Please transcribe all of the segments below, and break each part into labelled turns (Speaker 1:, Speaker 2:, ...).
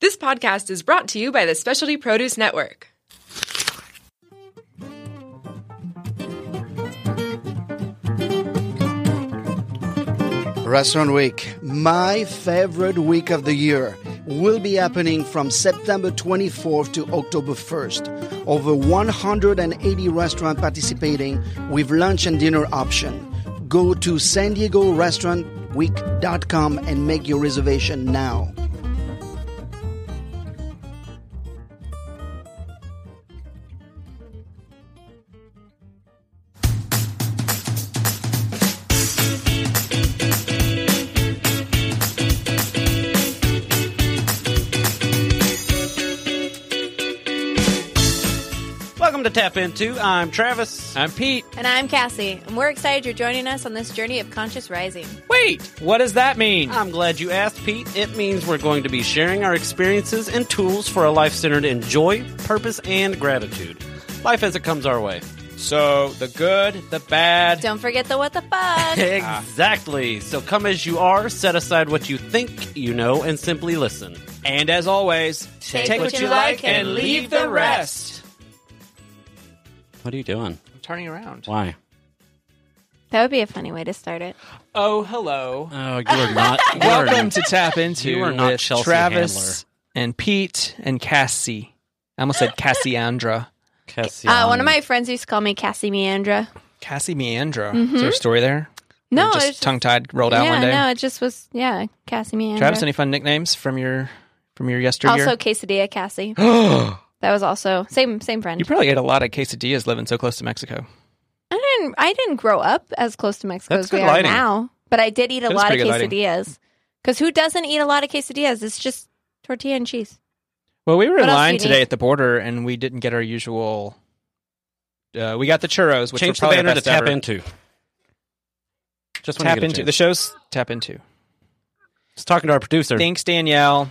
Speaker 1: This podcast is brought to you by the Specialty Produce Network.
Speaker 2: Restaurant Week, my favorite week of the year, will be happening from September 24th to October 1st. Over 180 restaurants participating with lunch and dinner option. Go to San Diego Restaurant Week.com and make your reservation now.
Speaker 3: Welcome to Tap Into. I'm Travis.
Speaker 4: I'm Pete.
Speaker 5: And I'm Cassie, and we're excited you're joining us on this journey Oh. of conscious rising.
Speaker 4: Wait, what does that mean?
Speaker 3: I'm glad you asked, Pete. It means we're going to be sharing our experiences and tools for a life centered in joy, purpose, and gratitude. Life as it comes our way.
Speaker 4: So, the good, the bad.
Speaker 5: Don't forget the what the fuck.
Speaker 3: Exactly. So come as you are, set aside what you think you know, and simply listen.
Speaker 4: and as always,
Speaker 5: Take what you like and leave the rest.
Speaker 3: What are you doing?
Speaker 4: I'm turning around.
Speaker 3: Why?
Speaker 5: that would be a funny way to start it.
Speaker 4: Oh, hello.
Speaker 3: Oh, you are not. you are-
Speaker 4: Welcome to Tap
Speaker 3: You
Speaker 4: Into
Speaker 3: are not
Speaker 4: with
Speaker 3: Chelsea
Speaker 4: Travis and Pete and Cassie. I almost said Cassiandra.
Speaker 3: Cassie.
Speaker 5: Uh, one of my friends used to call me Cassie Meandra.
Speaker 4: Cassie Meandra. Is there a story there?
Speaker 5: Mm-hmm. No,
Speaker 4: Or
Speaker 5: it's
Speaker 4: just tongue tied, rolled out
Speaker 5: yeah,
Speaker 4: one day.
Speaker 5: no, it just was yeah, Cassie Meandra.
Speaker 4: Travis, any fun nicknames from your from your yesteryear?
Speaker 5: also quesadilla Cassie. that was also same same friend.
Speaker 4: you probably ate a lot of quesadillas living so close to Mexico.
Speaker 5: I didn't I didn't grow up as close to Mexico
Speaker 4: That's
Speaker 5: as we
Speaker 4: good
Speaker 5: are
Speaker 4: lighting.
Speaker 5: now, but I did eat a
Speaker 4: That is
Speaker 5: lot of
Speaker 4: pretty good lighting.
Speaker 5: quesadillas. Because who doesn't eat a lot of quesadillas? It's just tortilla and cheese.
Speaker 4: Well, we were in
Speaker 5: What else do
Speaker 4: line
Speaker 5: you
Speaker 4: today
Speaker 5: need?
Speaker 4: at the border, and we didn't get our usual. Uh, we got the churros, which
Speaker 3: Change
Speaker 4: were
Speaker 3: the
Speaker 4: probably
Speaker 3: banner to
Speaker 4: best
Speaker 3: Tap
Speaker 4: ever.
Speaker 3: Into. Just when you
Speaker 4: Tap
Speaker 3: get a
Speaker 4: into
Speaker 3: chance.
Speaker 4: the show's tap into.
Speaker 3: Just talking to our producer.
Speaker 4: Thanks, Danielle.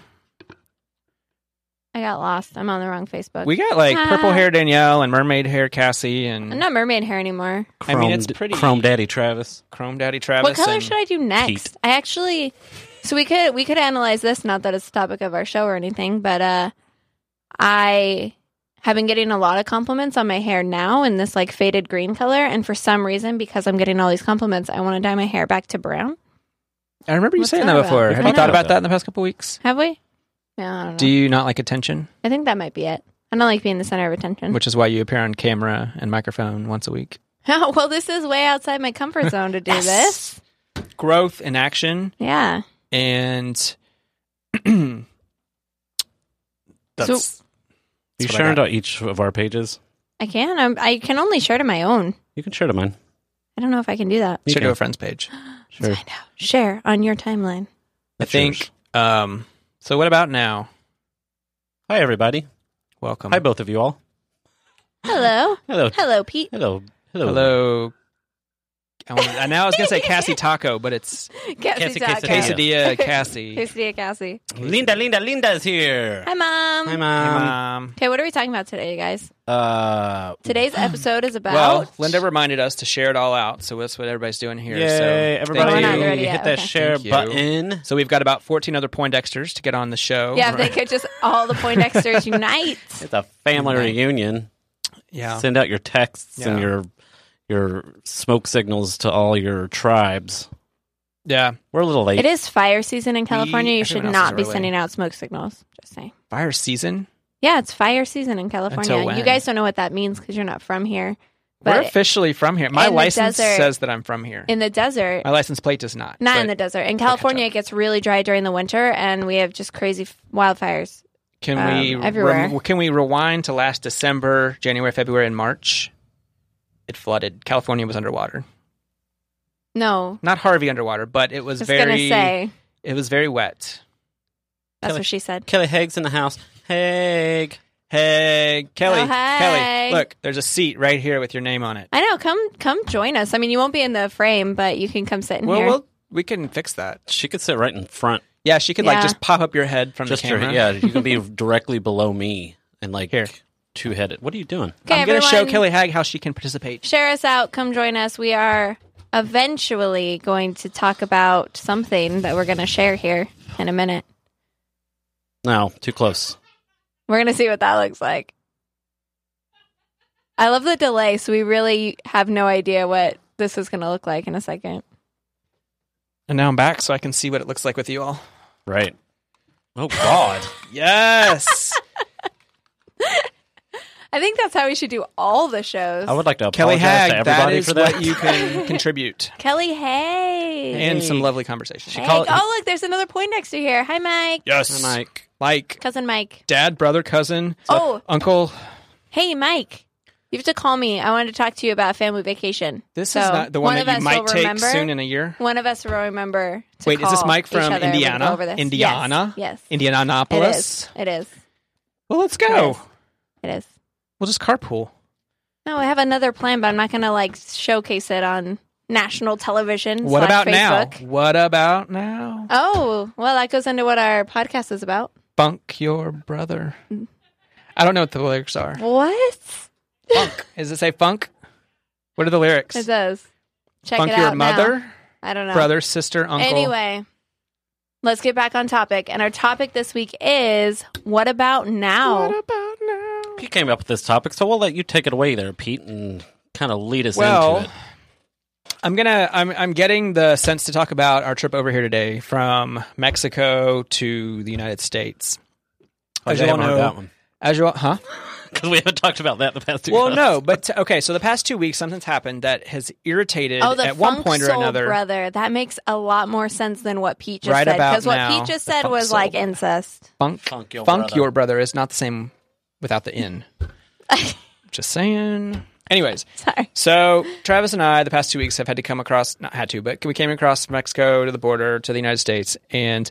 Speaker 5: I got lost. I'm on the wrong Facebook.
Speaker 4: We got like
Speaker 5: Ah.
Speaker 4: purple hair Danielle and mermaid hair Cassie and
Speaker 5: I'm not mermaid hair anymore.
Speaker 4: I mean, it's
Speaker 3: Chromed-
Speaker 4: pretty-
Speaker 3: Chrome Daddy Travis.
Speaker 4: chrome daddy Travis.
Speaker 5: What color
Speaker 4: and-
Speaker 5: should I do next?
Speaker 3: Pete.
Speaker 5: I actually so we could we could analyze this, not that it's the topic of our show or anything, but uh I have been getting a lot of compliments on my hair now in this like faded green color and for some reason because I'm getting all these compliments, I want to dye my hair back to brown.
Speaker 4: I remember you
Speaker 5: What's
Speaker 4: saying
Speaker 5: that
Speaker 4: that
Speaker 5: about?
Speaker 4: before. Have
Speaker 5: I
Speaker 4: you thought
Speaker 3: know.
Speaker 4: about that in the past couple weeks?
Speaker 5: Have we? No, I don't know.
Speaker 4: Do you not like attention,
Speaker 5: I think that might be it. I don't like being the center of attention.
Speaker 4: which is why you appear on camera and microphone once a week?
Speaker 5: well, this is way outside my comfort zone to do this.
Speaker 4: Growth and action,
Speaker 5: Yeah.
Speaker 4: and that's
Speaker 3: You
Speaker 4: what I
Speaker 3: sharing
Speaker 4: got.
Speaker 3: to each of our pages?
Speaker 5: I can. I'm, I can only share to my own.
Speaker 3: You can share to mine.
Speaker 5: I don't know if I can do that.
Speaker 3: You
Speaker 4: should
Speaker 3: can.
Speaker 4: do a friends page.
Speaker 3: Sure.
Speaker 5: Share on your timeline.
Speaker 4: I
Speaker 3: That's yours.
Speaker 4: think. Um, so what about now?
Speaker 3: Hi, everybody.
Speaker 4: Welcome.
Speaker 3: Hi, both of you all.
Speaker 5: Hello.
Speaker 3: Hello.
Speaker 5: Hello, Pete.
Speaker 3: Hello. Hello.
Speaker 4: Hello. I, wanted, I now I was gonna say Cassie Taco, but it's
Speaker 3: Cassie,
Speaker 5: Cassie, Taco.
Speaker 3: Cassie.
Speaker 4: quesadilla Cassie.
Speaker 5: Quesadilla Cassie.
Speaker 3: Linda, Linda, Linda's here.
Speaker 5: Hi, Mom.
Speaker 3: Hi,
Speaker 4: Um,
Speaker 3: Mom.
Speaker 5: Okay, what are we talking about today, you guys?
Speaker 3: Uh,
Speaker 5: Today's episode is about.
Speaker 4: well, Linda reminded us to share it all out, so that's what everybody's doing here.
Speaker 3: yay,
Speaker 4: so
Speaker 3: everybody.
Speaker 5: We're not there
Speaker 3: hit
Speaker 5: yet,
Speaker 3: that
Speaker 5: okay.
Speaker 3: share
Speaker 4: Thank you.
Speaker 3: button.
Speaker 4: So we've got about 14 other Poindexters to get on the show.
Speaker 5: yeah, if they could just all the Poindexters unite.
Speaker 3: It's a family reunion.
Speaker 4: yeah.
Speaker 3: Send out your texts and
Speaker 4: Yeah.
Speaker 3: your your smoke signals to all your tribes.
Speaker 4: yeah.
Speaker 3: We're a little late.
Speaker 5: It is fire season in California. you should
Speaker 4: everyone else
Speaker 5: not
Speaker 4: is
Speaker 5: be
Speaker 4: early.
Speaker 5: sending out smoke signals. Just saying.
Speaker 4: Fire season.
Speaker 5: Yeah, it's fire season in
Speaker 4: Until
Speaker 5: California.
Speaker 4: when?
Speaker 5: You guys don't know what that means because you're not from here.
Speaker 4: We're
Speaker 5: But
Speaker 4: officially from here. My
Speaker 5: in the
Speaker 4: license
Speaker 5: desert.
Speaker 4: says that I'm from here.
Speaker 5: in the desert,
Speaker 4: My license plate does not.
Speaker 5: not in the
Speaker 4: but
Speaker 5: desert. In California, it gets really dry during the winter, and we have just crazy f- wildfires.
Speaker 4: Can
Speaker 5: um,
Speaker 4: we rem-
Speaker 5: everywhere.
Speaker 4: can we rewind to last December, January, February, and March? It flooded. California was underwater.
Speaker 5: No,
Speaker 4: Not Harvey underwater, but it
Speaker 5: I
Speaker 4: was,
Speaker 5: was gonna
Speaker 4: very
Speaker 5: say
Speaker 4: it was very wet.
Speaker 5: that's
Speaker 3: Kelly-
Speaker 5: what she said.
Speaker 3: Kelly Haig's in the house. Haig.
Speaker 4: Hey, Kelly.
Speaker 5: Oh, hey.
Speaker 4: Kelly, look, there's a seat right here with your name on it.
Speaker 5: I know. Come, come join us. I mean, you won't be in the frame, but you can come sit in
Speaker 4: Well,
Speaker 5: here.
Speaker 4: we'll we can fix that.
Speaker 3: She could sit right in front.
Speaker 4: Yeah, she could
Speaker 5: Yeah.
Speaker 4: like just pop up your head from
Speaker 3: Just
Speaker 4: the
Speaker 3: your,
Speaker 4: camera.
Speaker 3: yeah, you can be directly below me and like
Speaker 4: Here.
Speaker 3: two headed. What are you doing?
Speaker 5: okay,
Speaker 4: I'm going to show
Speaker 5: everyone,
Speaker 4: Kelly Hag how she can participate.
Speaker 5: Share us out. Come join us. We are eventually going to talk about something that we're going to share here in a minute.
Speaker 3: No, too close.
Speaker 5: We're gonna see what that looks like. I love the delay, so we really have no idea what this is gonna look like in a second.
Speaker 4: And now I'm back so I can see what it looks like with you all.
Speaker 3: Right. Oh God.
Speaker 4: Yes.
Speaker 5: I think that's how we should do all the shows.
Speaker 3: I would like to
Speaker 4: Kelly
Speaker 3: apologize to
Speaker 4: Hag, that
Speaker 3: everybody
Speaker 4: is
Speaker 3: for that.
Speaker 4: what you can contribute.
Speaker 5: Kelly, hey,
Speaker 4: And some lovely conversation.
Speaker 5: Hey,
Speaker 3: call it-
Speaker 5: oh look, there's another Poindexter here. Hi, Mike.
Speaker 4: Yes.
Speaker 3: Mike.
Speaker 4: Like
Speaker 5: Cousin Mike.
Speaker 4: dad, brother, cousin,
Speaker 5: Oh.
Speaker 4: uncle.
Speaker 5: Hey, Mike. You have to call me. I wanted to talk to you about family vacation.
Speaker 4: This
Speaker 5: So,
Speaker 4: is not the one,
Speaker 5: of
Speaker 4: that
Speaker 5: us
Speaker 4: you might
Speaker 5: will
Speaker 4: take
Speaker 5: remember-
Speaker 4: soon in a year.
Speaker 5: One of us will remember. To
Speaker 4: Wait, is this
Speaker 5: call
Speaker 4: Mike
Speaker 5: each
Speaker 4: from
Speaker 5: other when we go
Speaker 4: Indiana?
Speaker 5: over this.
Speaker 4: Indiana?
Speaker 5: Yes. yes. It
Speaker 4: Indianapolis.
Speaker 5: is. It is.
Speaker 4: Well, let's go.
Speaker 5: Yes. It is.
Speaker 4: We'll just carpool.
Speaker 5: No, I have another plan, but I'm not going to like showcase it on national television.
Speaker 4: What
Speaker 5: slash
Speaker 4: about now?
Speaker 5: Facebook.
Speaker 4: What about now?
Speaker 5: Oh, well, that goes into what our podcast is about.
Speaker 4: Bunk your brother.
Speaker 5: Mm.
Speaker 4: I don't know what the lyrics are.
Speaker 5: What?
Speaker 4: Funk. Does it say funk? What are the lyrics?
Speaker 5: It does. Check
Speaker 4: funk
Speaker 5: it out.
Speaker 4: your
Speaker 5: now.
Speaker 4: mother,
Speaker 5: I don't know.
Speaker 4: brother, sister, uncle.
Speaker 5: Anyway, let's get back on topic. And our topic this week is what about now?
Speaker 4: What about now?
Speaker 3: You came up with this topic, so we'll let you take it away there, Pete, and kind of lead us
Speaker 4: Well,
Speaker 3: into it.
Speaker 4: I'm gonna. I'm. I'm getting the sense to talk about our trip over here today from Mexico to the United States. As you all know, as you all, huh?
Speaker 3: because we haven't talked about that the past two.
Speaker 4: Well,
Speaker 3: times.
Speaker 4: no, but okay. So the past two weeks, something's happened that has irritated
Speaker 5: Oh, the
Speaker 4: at one
Speaker 5: funk
Speaker 4: point or
Speaker 5: soul
Speaker 4: another.
Speaker 5: brother. That makes a lot more sense than what Pete just
Speaker 4: Right
Speaker 5: said.
Speaker 4: about
Speaker 5: Because what
Speaker 4: now,
Speaker 5: Pete just
Speaker 4: the
Speaker 5: said
Speaker 4: funk
Speaker 5: was
Speaker 4: soul
Speaker 5: like
Speaker 4: brother.
Speaker 5: incest.
Speaker 4: Funk,
Speaker 3: Funk your brother.
Speaker 4: your brother is not the same without the in. Just saying. Anyways,
Speaker 5: Sorry.
Speaker 4: So Travis and I, the past two weeks, have had to come across, not had to, but we came across Mexico to the border to the United States. And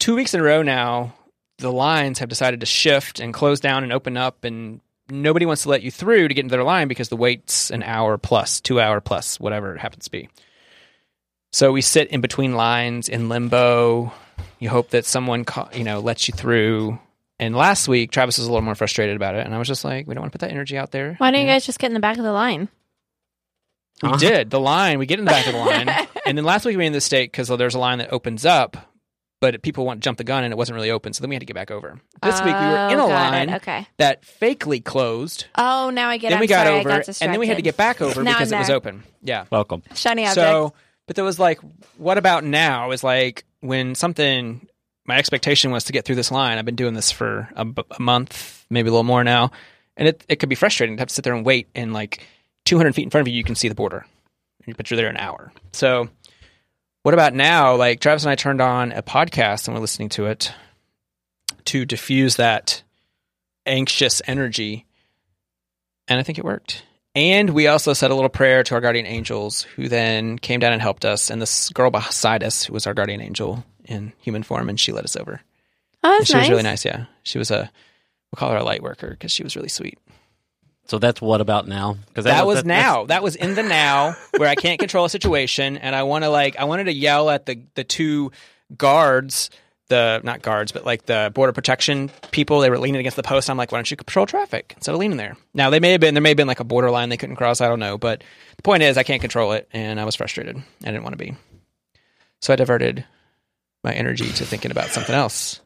Speaker 4: two weeks in a row now, the lines have decided to shift and close down and open up. And nobody wants to let you through to get into their line because the wait's an hour plus, two hour plus, whatever it happens to be. So we sit in between lines in limbo. You hope that someone, ca- you know, lets you through. And last week, Travis was a little more frustrated about it. And I was just like, we don't want to put that energy out there.
Speaker 5: Why don't you guys just get in the back of the line?
Speaker 4: We
Speaker 5: Uh-huh.
Speaker 4: did the line. We get in the back of the line, and then last week we made a mistake because there's a line that opens up, but people want to jump the gun, and it wasn't really open. So then we had to get back over. This week we were in a
Speaker 5: Oh, got it.
Speaker 4: line
Speaker 5: Okay.
Speaker 4: that fakely closed.
Speaker 5: Oh, now I get.
Speaker 4: then
Speaker 5: I'm
Speaker 4: we got
Speaker 5: sorry,
Speaker 4: over,
Speaker 5: I got
Speaker 4: and then we had to
Speaker 5: distracted.
Speaker 4: get back over
Speaker 5: Now
Speaker 4: because
Speaker 5: I'm
Speaker 4: it was
Speaker 5: there.
Speaker 4: open. Yeah.
Speaker 3: welcome.
Speaker 5: Shiny object.
Speaker 4: So, but there was like, what about now? Is like when something. My expectation was to get through this line. I've been doing this for a, b- a month, maybe a little more now, and it it could be frustrating to have to sit there and wait. And like 200 feet in front of you, you can see the border, and but you're there an hour. So, what about now? Like Travis and I turned on a podcast and we're listening to it to diffuse that anxious energy. And I think it worked. And we also said a little prayer to our guardian angels, who then came down and helped us. And this girl beside us, who was our guardian angel in human form, and she led us over.
Speaker 5: oh,
Speaker 4: And
Speaker 5: that's
Speaker 4: she
Speaker 5: nice.
Speaker 4: was really nice. Yeah, she was a we'll call her a light worker because she was really sweet.
Speaker 3: So that's what about now? Because
Speaker 4: That, was now. That was in the now where I can't control a situation, and I want to like I wanted to yell at the the two guards, the not guards, but like the border protection people. They were leaning against the post. I'm like, why don't you control traffic instead of leaning there? Now they may have been there may have been like a borderline they couldn't cross. I don't know, but the point is I can't control it, and I was frustrated. I didn't want to be, so I diverted my energy to thinking about something else.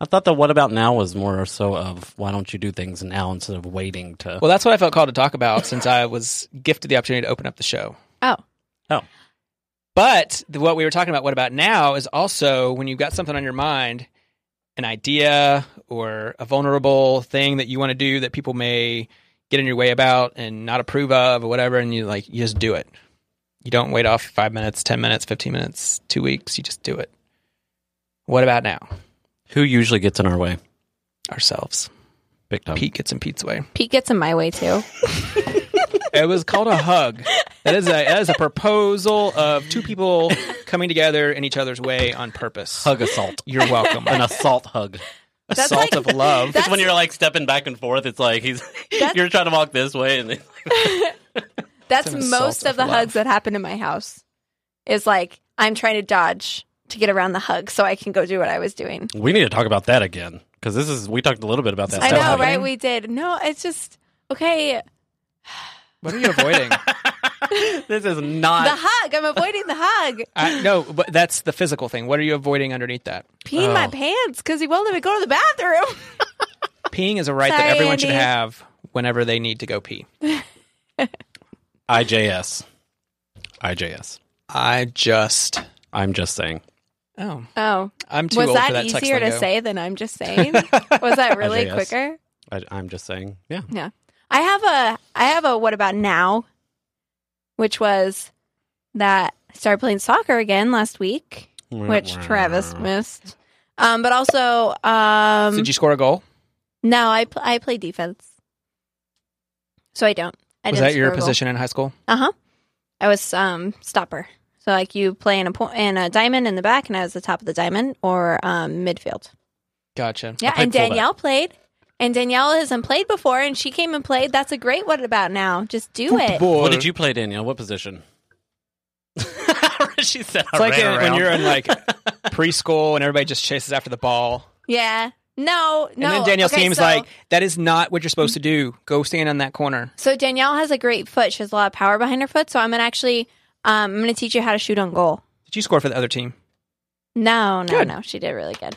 Speaker 3: I thought the what about now was more so of why don't you do things now instead of waiting to.
Speaker 4: Well, that's what I felt called to talk about since I was gifted the opportunity to open up the show.
Speaker 5: Oh,
Speaker 3: oh,
Speaker 4: But the, what we were talking about, what about now, is also when you've got something on your mind, an idea or a vulnerable thing that you want to do that people may get in your way about and not approve of or whatever, and you like you just do it. You don't wait off five minutes, ten minutes, fifteen minutes, two weeks. You just do it. What about now?
Speaker 3: who usually gets in our way?
Speaker 4: Ourselves.
Speaker 3: Big time.
Speaker 4: Pete gets in Pete's way.
Speaker 5: Pete gets in my way too.
Speaker 4: It was called a hug. That is a that is a proposal of two people coming together in each other's way on purpose.
Speaker 3: Hug assault.
Speaker 4: You're welcome.
Speaker 3: An assault hug.
Speaker 5: That's
Speaker 4: assault
Speaker 5: like-
Speaker 4: of love.
Speaker 5: That's-
Speaker 3: It's when you're like stepping back and forth. It's like he's you're trying to walk this way and then
Speaker 5: That's
Speaker 4: an assault
Speaker 5: most of
Speaker 4: of
Speaker 5: the
Speaker 4: love.
Speaker 5: hugs that happen in my house. Is like I'm trying to dodge to get around the hug so I can go do what I was doing.
Speaker 3: we need to talk about that again because this is we talked a little bit about that.
Speaker 5: I know,
Speaker 4: still happening?
Speaker 5: right? We did. No, it's just okay.
Speaker 4: What are you avoiding?
Speaker 3: this is not.
Speaker 5: The hug. I'm avoiding the hug.
Speaker 4: I, no, but that's the physical thing. What are you avoiding underneath that?
Speaker 5: Peeing my pants because he won't let me go to the bathroom.
Speaker 4: Peeing is a right that
Speaker 5: Sorry,
Speaker 4: everyone should
Speaker 5: Andy.
Speaker 4: have whenever they need to go pee.
Speaker 3: IJS. IJS.
Speaker 4: I just.
Speaker 3: I'm just saying.
Speaker 4: Oh,
Speaker 5: Oh,
Speaker 4: I'm too
Speaker 5: was
Speaker 4: old for
Speaker 5: that,
Speaker 4: that text
Speaker 5: easier to
Speaker 4: lingo.
Speaker 5: say than I'm just saying? was that really
Speaker 3: Yes.
Speaker 5: quicker?
Speaker 3: I, I'm just saying. Yeah.
Speaker 5: Yeah. I have a I have a what about now, which was that I started playing soccer again last week, which Travis missed. Um, but also, um,
Speaker 4: Did you score a goal?
Speaker 5: no, I pl- I play defense, so I don't. I
Speaker 4: was
Speaker 5: didn't
Speaker 4: that your
Speaker 5: score a goal.
Speaker 4: position in high school?
Speaker 5: Uh huh. I was um stopper. So like you play in a point in a diamond in the back, and I was the top of the diamond or um, midfield.
Speaker 4: Gotcha. I
Speaker 5: Yeah,
Speaker 4: played
Speaker 5: and
Speaker 4: fullback.
Speaker 5: Danielle played, and Danielle hasn't played before, and she came and played. That's a great. What about now? Just do it.
Speaker 3: What did you play, Danielle? What position? she said,
Speaker 4: It's like in- when you're in like preschool and everybody just chases after the ball.
Speaker 5: Yeah. No. No.
Speaker 4: and then Danielle
Speaker 5: Okay,
Speaker 4: seems
Speaker 5: so-
Speaker 4: like that is not what you're supposed to do. Go stand on that corner.
Speaker 5: So Danielle has a great foot. She has a lot of power behind her foot. So I'm gonna actually, um, I'm gonna teach you how to shoot on goal.
Speaker 4: Did you score for the other team?
Speaker 5: No, no,
Speaker 4: Good.
Speaker 5: no. She did really good.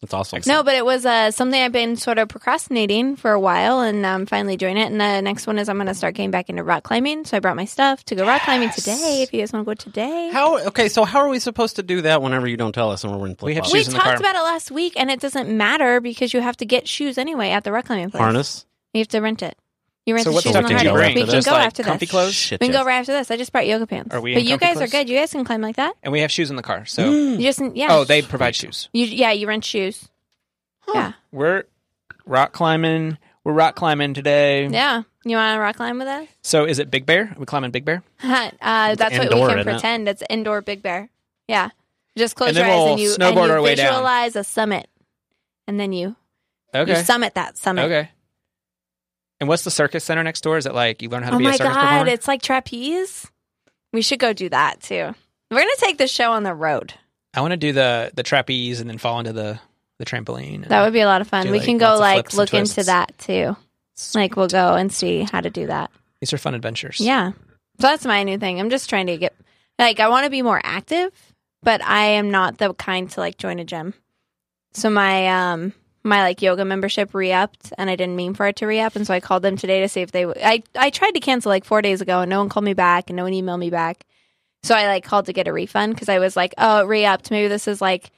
Speaker 3: That's awesome.
Speaker 5: No, but it was uh, something I've been sort of procrastinating for a while, and I'm finally doing it. And the next one is I'm going to start getting back into rock climbing. So I brought my stuff to go rock climbing today. If you guys want to go today,
Speaker 3: How? Okay, so how are we supposed to do that whenever you don't tell us and we're in flip
Speaker 4: We have
Speaker 5: we
Speaker 4: shoes in the
Speaker 5: talked
Speaker 4: car.
Speaker 5: about it last week, and it doesn't matter because you have to get shoes anyway at the rock climbing place.
Speaker 3: harness?
Speaker 5: You have to rent it. You rent
Speaker 4: So
Speaker 5: the
Speaker 4: what
Speaker 5: shoes
Speaker 4: stuff
Speaker 5: and the
Speaker 4: did you
Speaker 5: harness.
Speaker 4: bring?
Speaker 5: We can
Speaker 4: Just
Speaker 5: go
Speaker 4: like
Speaker 5: after
Speaker 4: comfy
Speaker 5: this.
Speaker 4: clothes?
Speaker 3: Shit,
Speaker 5: We can
Speaker 3: yes.
Speaker 5: go right after this. I just brought yoga pants.
Speaker 4: Are we in
Speaker 5: but you
Speaker 4: comfy
Speaker 5: guys
Speaker 4: clothes?
Speaker 5: are good. You guys can climb like that.
Speaker 4: And we have shoes in the car. So
Speaker 5: You just yeah.
Speaker 4: oh, they provide shoes.
Speaker 5: You, yeah, you rent shoes. Yeah,
Speaker 4: We're rock climbing. We're rock climbing today.
Speaker 5: yeah. You want to rock climb with us?
Speaker 4: So is it Big Bear? Are we climbing Big Bear?
Speaker 5: Huh, uh, that's
Speaker 3: indoor,
Speaker 5: what we
Speaker 3: isn't
Speaker 5: can
Speaker 3: it?
Speaker 5: pretend. It's indoor Big Bear. Yeah. Just close
Speaker 4: And
Speaker 5: your
Speaker 4: then
Speaker 5: eyes
Speaker 4: we'll
Speaker 5: and you, and
Speaker 4: snowboard
Speaker 5: you
Speaker 4: our way down.
Speaker 5: visualize a summit. And then you,
Speaker 4: Okay.
Speaker 5: you summit that summit.
Speaker 4: okay. And what's the circus center next door? Is it like you learn how to
Speaker 5: Oh
Speaker 4: be a
Speaker 5: my
Speaker 4: circus
Speaker 5: God.
Speaker 4: performer?
Speaker 5: It's like trapeze. We should go do that too. We're going to take the show on the road.
Speaker 4: I want to do the the trapeze and then fall into the the trampoline.
Speaker 5: That would be a lot of fun.
Speaker 4: Do,
Speaker 5: we
Speaker 4: like,
Speaker 5: can go
Speaker 4: lots of
Speaker 5: like
Speaker 4: flips and
Speaker 5: look into
Speaker 4: twists.
Speaker 5: that too. Like we'll go and see how to do that.
Speaker 4: These are fun adventures.
Speaker 5: Yeah. So that's my new thing. I'm just trying to get like I want to be more active, but I am not the kind to like join a gym. So my um my like yoga membership re-upped and I didn't mean for it to re-up and so I called them today to see if they would I I tried to cancel like 4 days ago and no one called me back and no one emailed me back. So I like called to get a refund cuz I was like, "Oh, it re-upped. Maybe this is like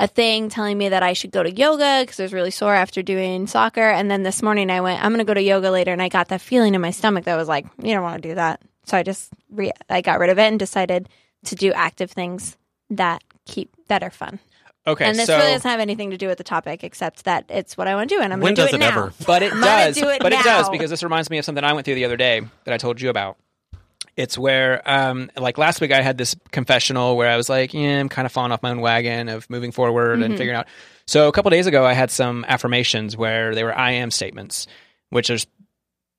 Speaker 5: a thing telling me that I should go to yoga because I was really sore after doing soccer. And then this morning I went, I'm going to go to yoga later. And I got that feeling in my stomach that was like, you don't want to do that. So I just, re- I got rid of it and decided to do active things that keep, that are fun.
Speaker 4: Okay.
Speaker 5: and this
Speaker 4: so,
Speaker 5: really doesn't have anything to do with the topic except that it's what I want to do. And I'm
Speaker 3: When
Speaker 5: going to do
Speaker 3: does
Speaker 5: it,
Speaker 3: it
Speaker 5: now.
Speaker 3: ever?
Speaker 4: but it
Speaker 5: I'm gonna
Speaker 4: does.
Speaker 5: do it
Speaker 4: but it does
Speaker 5: now.
Speaker 4: because this reminds me of something I went through the other day that I told you about. It's where, um, like last week, I had this confessional where I was like, "Yeah, I'm kind of falling off my own wagon of moving forward
Speaker 5: Mm-hmm.
Speaker 4: and figuring out." So a couple days ago, I had some affirmations where they were "I am" statements, which is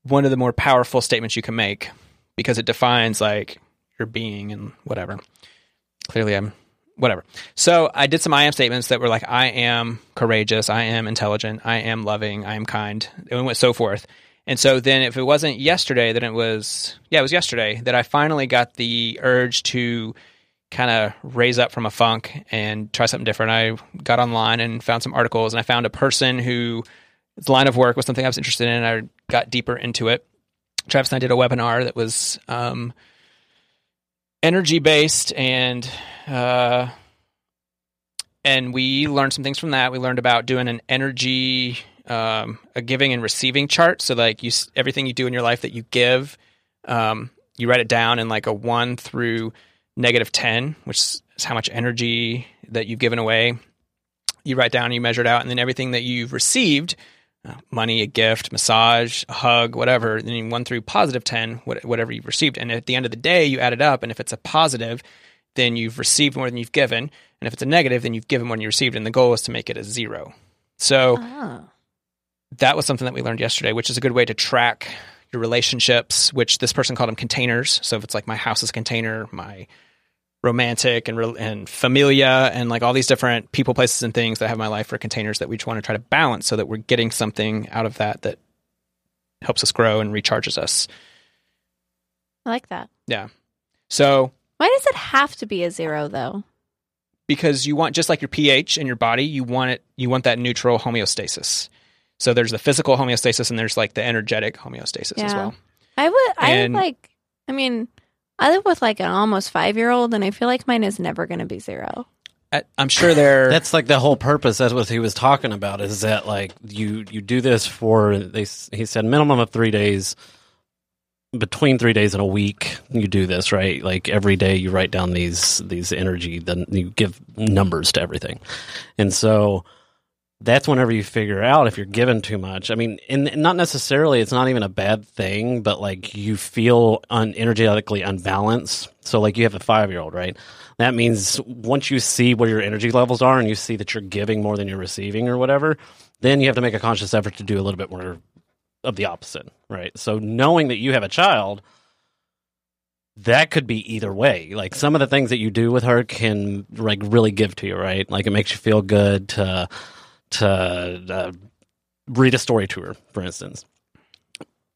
Speaker 4: one of the more powerful statements you can make because it defines like your being and whatever. Clearly, I'm whatever. So I did some I am statements that were like, I am courageous, I am intelligent, I am loving, I am kind, and went so forth. And so then, if it wasn't yesterday, then it was yeah, it was yesterday that I finally got the urge to kind of raise up from a funk and try something different. I got online and found some articles, and I found a person who the line of work was something I was interested in. And I got deeper into it. Travis and I did a webinar that was um, energy based and uh, and we learned some things from that. We learned about doing an energy, um, a giving and receiving chart. So like you, s- everything you do in your life that you give, um, you write it down in like a one through negative ten, which is how much energy that you've given away. You write down, you measure it out, and then everything that you've received. uh, Money, a gift, massage, a hug, whatever. Then you one through positive ten, what- whatever you've received, and at the end of the day, you add it up. And if it's a positive, then you've received more than you've given. And if it's a negative, then you've given more than you received. And the goal is to make it a zero. So
Speaker 5: Oh.
Speaker 4: that was something that we learned yesterday, which is a good way to track your relationships, which this person called them containers. So if it's like my house is a container, my romantic and rel- and familia and like all these different people, places, and things that I have in my life are containers that we just want to try to balance so that we're getting something out of that that helps us grow and recharges us.
Speaker 5: I like that.
Speaker 4: So
Speaker 5: Why does it have to be a zero though?
Speaker 4: because you want just like your pH in your body, you want it you want that neutral homeostasis. So there's the physical homeostasis and there's like the energetic homeostasis as
Speaker 5: Yeah.
Speaker 4: well.
Speaker 5: I would. I
Speaker 4: And-
Speaker 5: would like. I mean, I live with like an almost five year old, and I feel like mine is never going to be zero.
Speaker 4: I- I'm sure they're
Speaker 3: That's like the whole purpose. That's what he was talking about. Is that like you you do this for they? s- He said minimum of three days, between three days and a week. You do this right. Like every day, you write down these these energy. Then you give numbers to everything, and so that's whenever you figure out if you're given too much. I mean, and and not necessarily it's not even a bad thing, but like you feel un- energetically unbalanced. So like you have a 5-year-old, right? That means once you see where your energy levels are and you see that you're giving more than you're receiving or whatever, then you have to make a conscious effort to do a little bit more of the opposite, right? So knowing that you have a child that could be either way. Like some of the things that you do with her can like really give to you, right? Like it makes you feel good to to uh, read a story to her, for instance.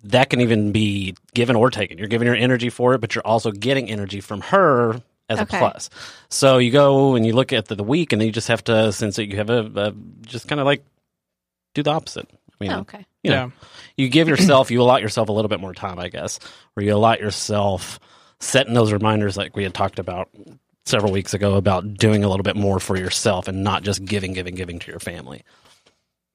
Speaker 3: That can even be given or taken. You're giving her energy for it, but you're also getting energy from her as
Speaker 5: Okay.
Speaker 3: a plus. So you go and you look at the, the week, and then you just have to since that you have a, a just kind of like do the opposite. I mean,
Speaker 5: Oh, okay.
Speaker 3: you know,
Speaker 4: Yeah.
Speaker 3: you give yourself, you allot yourself a little bit more time, I guess, or you allot yourself setting those reminders like we had talked about several weeks ago about doing a little bit more for yourself and not just giving, giving, giving to your family.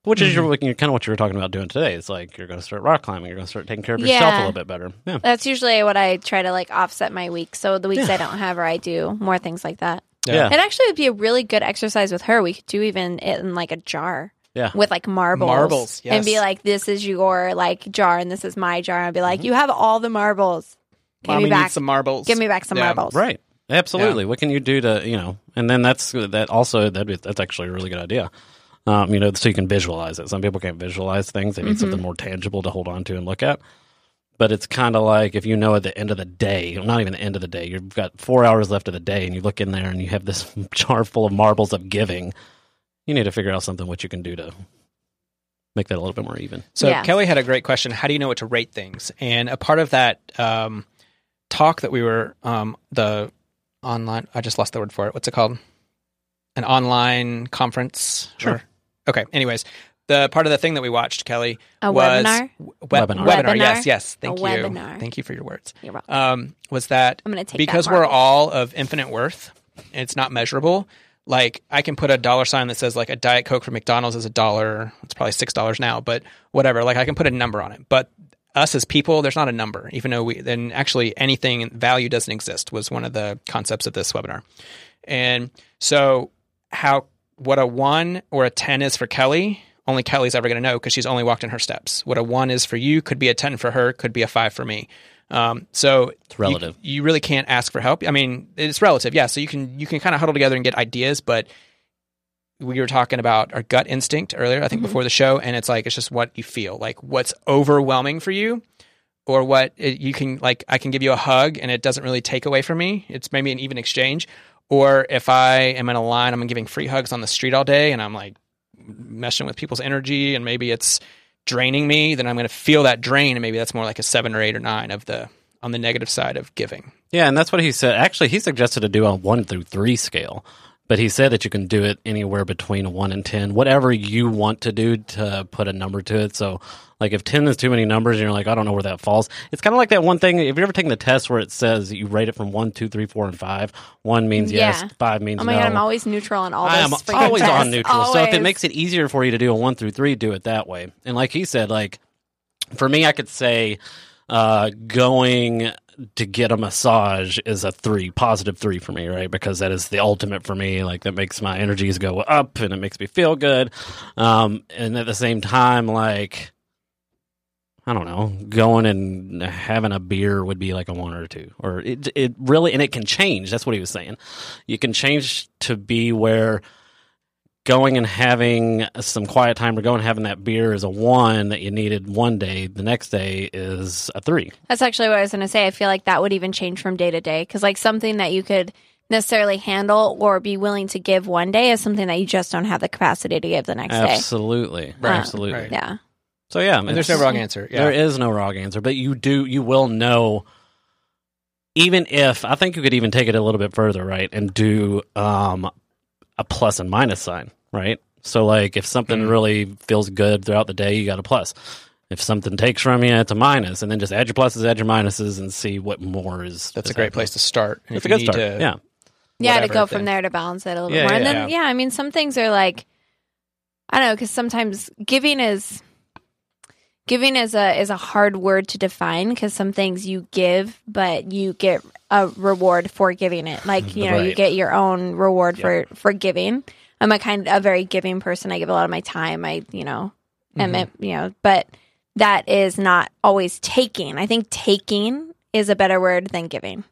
Speaker 3: Which is your kind of what you were talking about doing today. It's like you're going to start rock climbing. You're going to start taking care of yourself
Speaker 5: Yeah.
Speaker 3: a little bit better. Yeah.
Speaker 5: That's usually what I try to like offset my week. So the weeks I don't have her, I do more things like that.
Speaker 3: Yeah.
Speaker 5: It actually would be a really good exercise with her. We could do even it in like a jar.
Speaker 3: Yeah.
Speaker 5: With like marbles.
Speaker 4: Marbles,
Speaker 5: And be
Speaker 4: yes.
Speaker 5: like, this is your like jar and this is my jar. And I'd be like,
Speaker 3: Mm-hmm.
Speaker 5: you have all the marbles. Give
Speaker 4: Mommy
Speaker 5: me back
Speaker 4: needs some marbles.
Speaker 5: Give me back some
Speaker 4: Yeah.
Speaker 5: marbles.
Speaker 3: Right. Absolutely. What can you do to, you know, and then that's that also, that'd be, that's actually a really good idea. Um, you know, so you can visualize it. Some people can't visualize things. They need something more tangible to hold on to and look at. But it's kind of like if you know at the end of the day, not even the end of the day, you've got four hours left of the day and you look in there and you have this jar full of marbles of giving. You need to figure out something what you can do to make that a little bit more even.
Speaker 4: So
Speaker 5: Yeah.
Speaker 4: Kelly had a great question. How do you know what to rate things? And a part of that um, talk that we were um, the online. I just lost the word for it. What's it called? An online conference.
Speaker 3: Sure.
Speaker 4: Or- okay. Anyways, the part of the thing that we watched, Kelly,
Speaker 5: A
Speaker 4: was
Speaker 5: webinar?
Speaker 4: we-
Speaker 3: Webinar.
Speaker 5: Webinar?
Speaker 4: Yes. Yes. Thank you.
Speaker 5: webinar.
Speaker 4: Thank you for your words.
Speaker 5: You're welcome.
Speaker 4: Um, was that
Speaker 5: I'm gonna take that
Speaker 4: because we're
Speaker 5: marble.
Speaker 4: all of infinite worth and it's not measurable like i can put a dollar sign that says like a diet coke from mcdonald's is a dollar it's probably six dollars now but whatever like i can put a number on it but us as people there's not a number even though we then actually anything value doesn't exist was one of the concepts of this webinar and so how what a one or a ten is for kelly only kelly's ever going to know because she's only walked in her steps what a one is for you could be a ten for her could be a five for me um, so
Speaker 3: It's relative.
Speaker 4: you really can't ask for help. I mean, it's relative, yeah. So you can you can kind of huddle together and get ideas, but we were talking about our gut instinct earlier, I think
Speaker 3: Mm-hmm.
Speaker 4: before the show, and it's like it's just what you feel, like what's overwhelming for you, or what it, you can like. I can give you a hug, and it doesn't really take away from me. It's maybe an even exchange. Or if I am in a line, I'm giving free hugs on the street all day, and I'm like messing with people's energy, and maybe it's draining me. Then I'm going to feel that drain, and maybe that's more like a seven or eight or nine of the on the negative side of giving.
Speaker 3: Yeah, and that's what he said. Actually, he suggested to do on one through three scale, but he said that you can do it anywhere between one and ten, whatever you want to do to put a number to it. So, like if ten is too many numbers, and you're like, I don't know where that falls. It's kind of like that one thing. If you ever taken the test where it says you rate it from one, two, three, four, and five. One means
Speaker 5: Yeah.
Speaker 3: yes, five means
Speaker 5: Oh my
Speaker 3: no.
Speaker 5: god, I'm always neutral on all this.
Speaker 3: I am
Speaker 5: freaking
Speaker 3: always
Speaker 5: tests.
Speaker 3: on neutral. So if
Speaker 5: Always.
Speaker 3: it makes it easier for you to do a one through three, do it that way. And like he said, like for me, I could say uh, going to get a massage is a three, positive three for me, right? Because that is the ultimate for me. Like that makes my energies go up and it makes me feel good. Um, and at the same time, like. I don't know. Going and having a beer would be like a one or a two, or it it really and it can change. That's what he was saying. You can change to be where going and having some quiet time or going and having that beer is a one that you needed one day. The next day is a three.
Speaker 5: That's actually what I was going to say. I feel like that would even change from day to day because, like, something that you could necessarily handle or be willing to give one day is something that you just don't have the capacity to give the next day.
Speaker 3: Absolutely,
Speaker 5: Right.
Speaker 3: absolutely.
Speaker 4: Right.
Speaker 5: Yeah.
Speaker 3: So yeah,
Speaker 4: And there's no
Speaker 3: it's-
Speaker 4: wrong answer. Yeah.
Speaker 3: There is no wrong answer, but you do you will know even if I think you could even take it a little bit further, right? And do um a plus and minus sign, right? So like if something
Speaker 4: Mhm.
Speaker 3: really feels good throughout the day, you got a plus. If something takes from you, it's a minus, and then just add your pluses, add your minuses, and see what more is.
Speaker 4: That's
Speaker 3: is
Speaker 4: a great
Speaker 3: happening.
Speaker 4: place to start. And
Speaker 3: It's a
Speaker 4: if you
Speaker 3: good
Speaker 4: need
Speaker 3: start.
Speaker 4: to-
Speaker 3: yeah,
Speaker 5: yeah to
Speaker 4: whatever
Speaker 5: go from
Speaker 4: thing.
Speaker 5: there to balance it a little
Speaker 3: Yeah,
Speaker 5: more and
Speaker 3: yeah,
Speaker 5: then yeah. i mean some things are like i don't know because sometimes giving is giving is a is a hard word to define because some things you give but you get a reward for giving it like you know you
Speaker 3: Right.
Speaker 5: get your own reward for for giving i'm a kind a very giving person i give a lot of my time i you know am it you know but that is not always taking i think taking is a better word than giving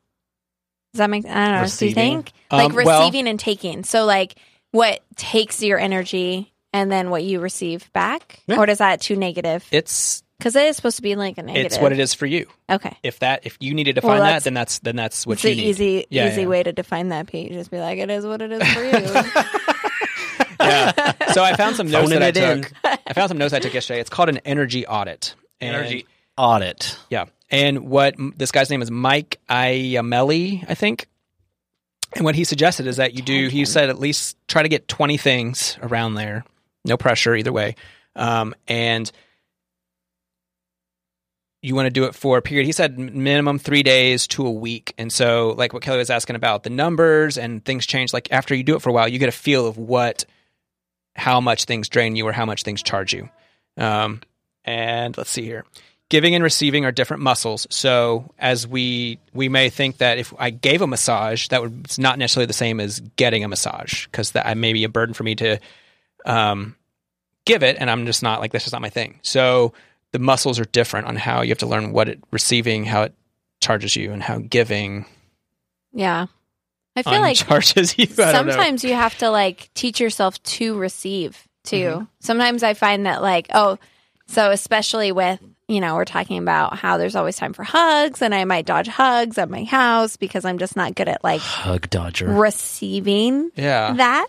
Speaker 5: does that make i don't know do you
Speaker 3: Receiving?
Speaker 5: think
Speaker 4: Um,
Speaker 5: like
Speaker 4: well-
Speaker 5: receiving and taking. So like what takes your energy and then what you receive back,
Speaker 3: Yeah.
Speaker 5: or does that too negative?
Speaker 4: It's
Speaker 5: Because it is supposed to be like a negative.
Speaker 4: it's what it is for you.
Speaker 5: Okay,
Speaker 4: If that if you need to
Speaker 5: Well,
Speaker 4: define that,
Speaker 5: that's-
Speaker 4: then that's then that's what
Speaker 5: it's
Speaker 4: you
Speaker 5: the
Speaker 4: need.
Speaker 5: easy
Speaker 4: Yeah,
Speaker 5: easy
Speaker 4: yeah.
Speaker 5: way to define that. Pete, just be like, it is what it is for you.
Speaker 4: yeah. So I found some notes
Speaker 3: Phoning
Speaker 4: that I
Speaker 3: it in.
Speaker 4: took. I found some notes I took yesterday. It's called an energy audit. And-
Speaker 3: audit.
Speaker 4: Yeah. And what this guy's name is Mike Iamelli, I think. And what he suggested is that you do, he said at least try to get 20 things around there. No pressure either way. Um, and you want to do it for a period. He said m- minimum three days to a week. And so, like what Kelly was asking about the numbers and things change, like after you do it for a while, you get a feel of what, how much things drain you or how much things charge you. Um, and let's see here giving and receiving are different muscles. So as we we may think that if I gave a massage, that would it's not necessarily the same as getting a massage because that may be a burden for me to um, give it, and I'm just not like this is not my thing. So the muscles are different on how you have to learn what it receiving, how it charges you, and how giving
Speaker 5: yeah, I feel
Speaker 4: un-
Speaker 5: like
Speaker 4: charges you. I don't know.
Speaker 5: sometimes you have to like teach yourself to receive too. Sometimes I find that like, oh, so especially with, you know, we're talking about how there's always time for hugs and I might dodge hugs at my house because I'm just not good at like
Speaker 3: Hug dodger.
Speaker 5: receiving
Speaker 4: yeah,
Speaker 5: that.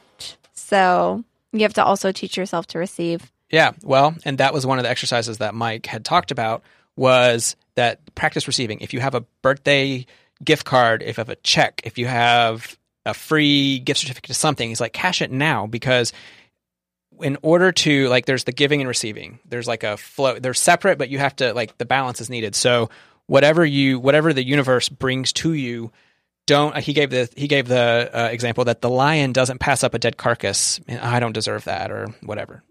Speaker 5: So you have to also teach yourself to receive.
Speaker 4: Yeah, well, and that was one of the exercises that Mike had talked about was that practice receiving. If you have a birthday gift card, if you have a check, if you have a free gift certificate to something, he's like cash it now because in order to like there's the giving and receiving. There's like a flow. They're separate, but you have to like the balance is needed. So whatever you whatever the universe brings to you, don't he gave the he gave the uh, example that the lion doesn't pass up a dead carcass and I don't deserve that or whatever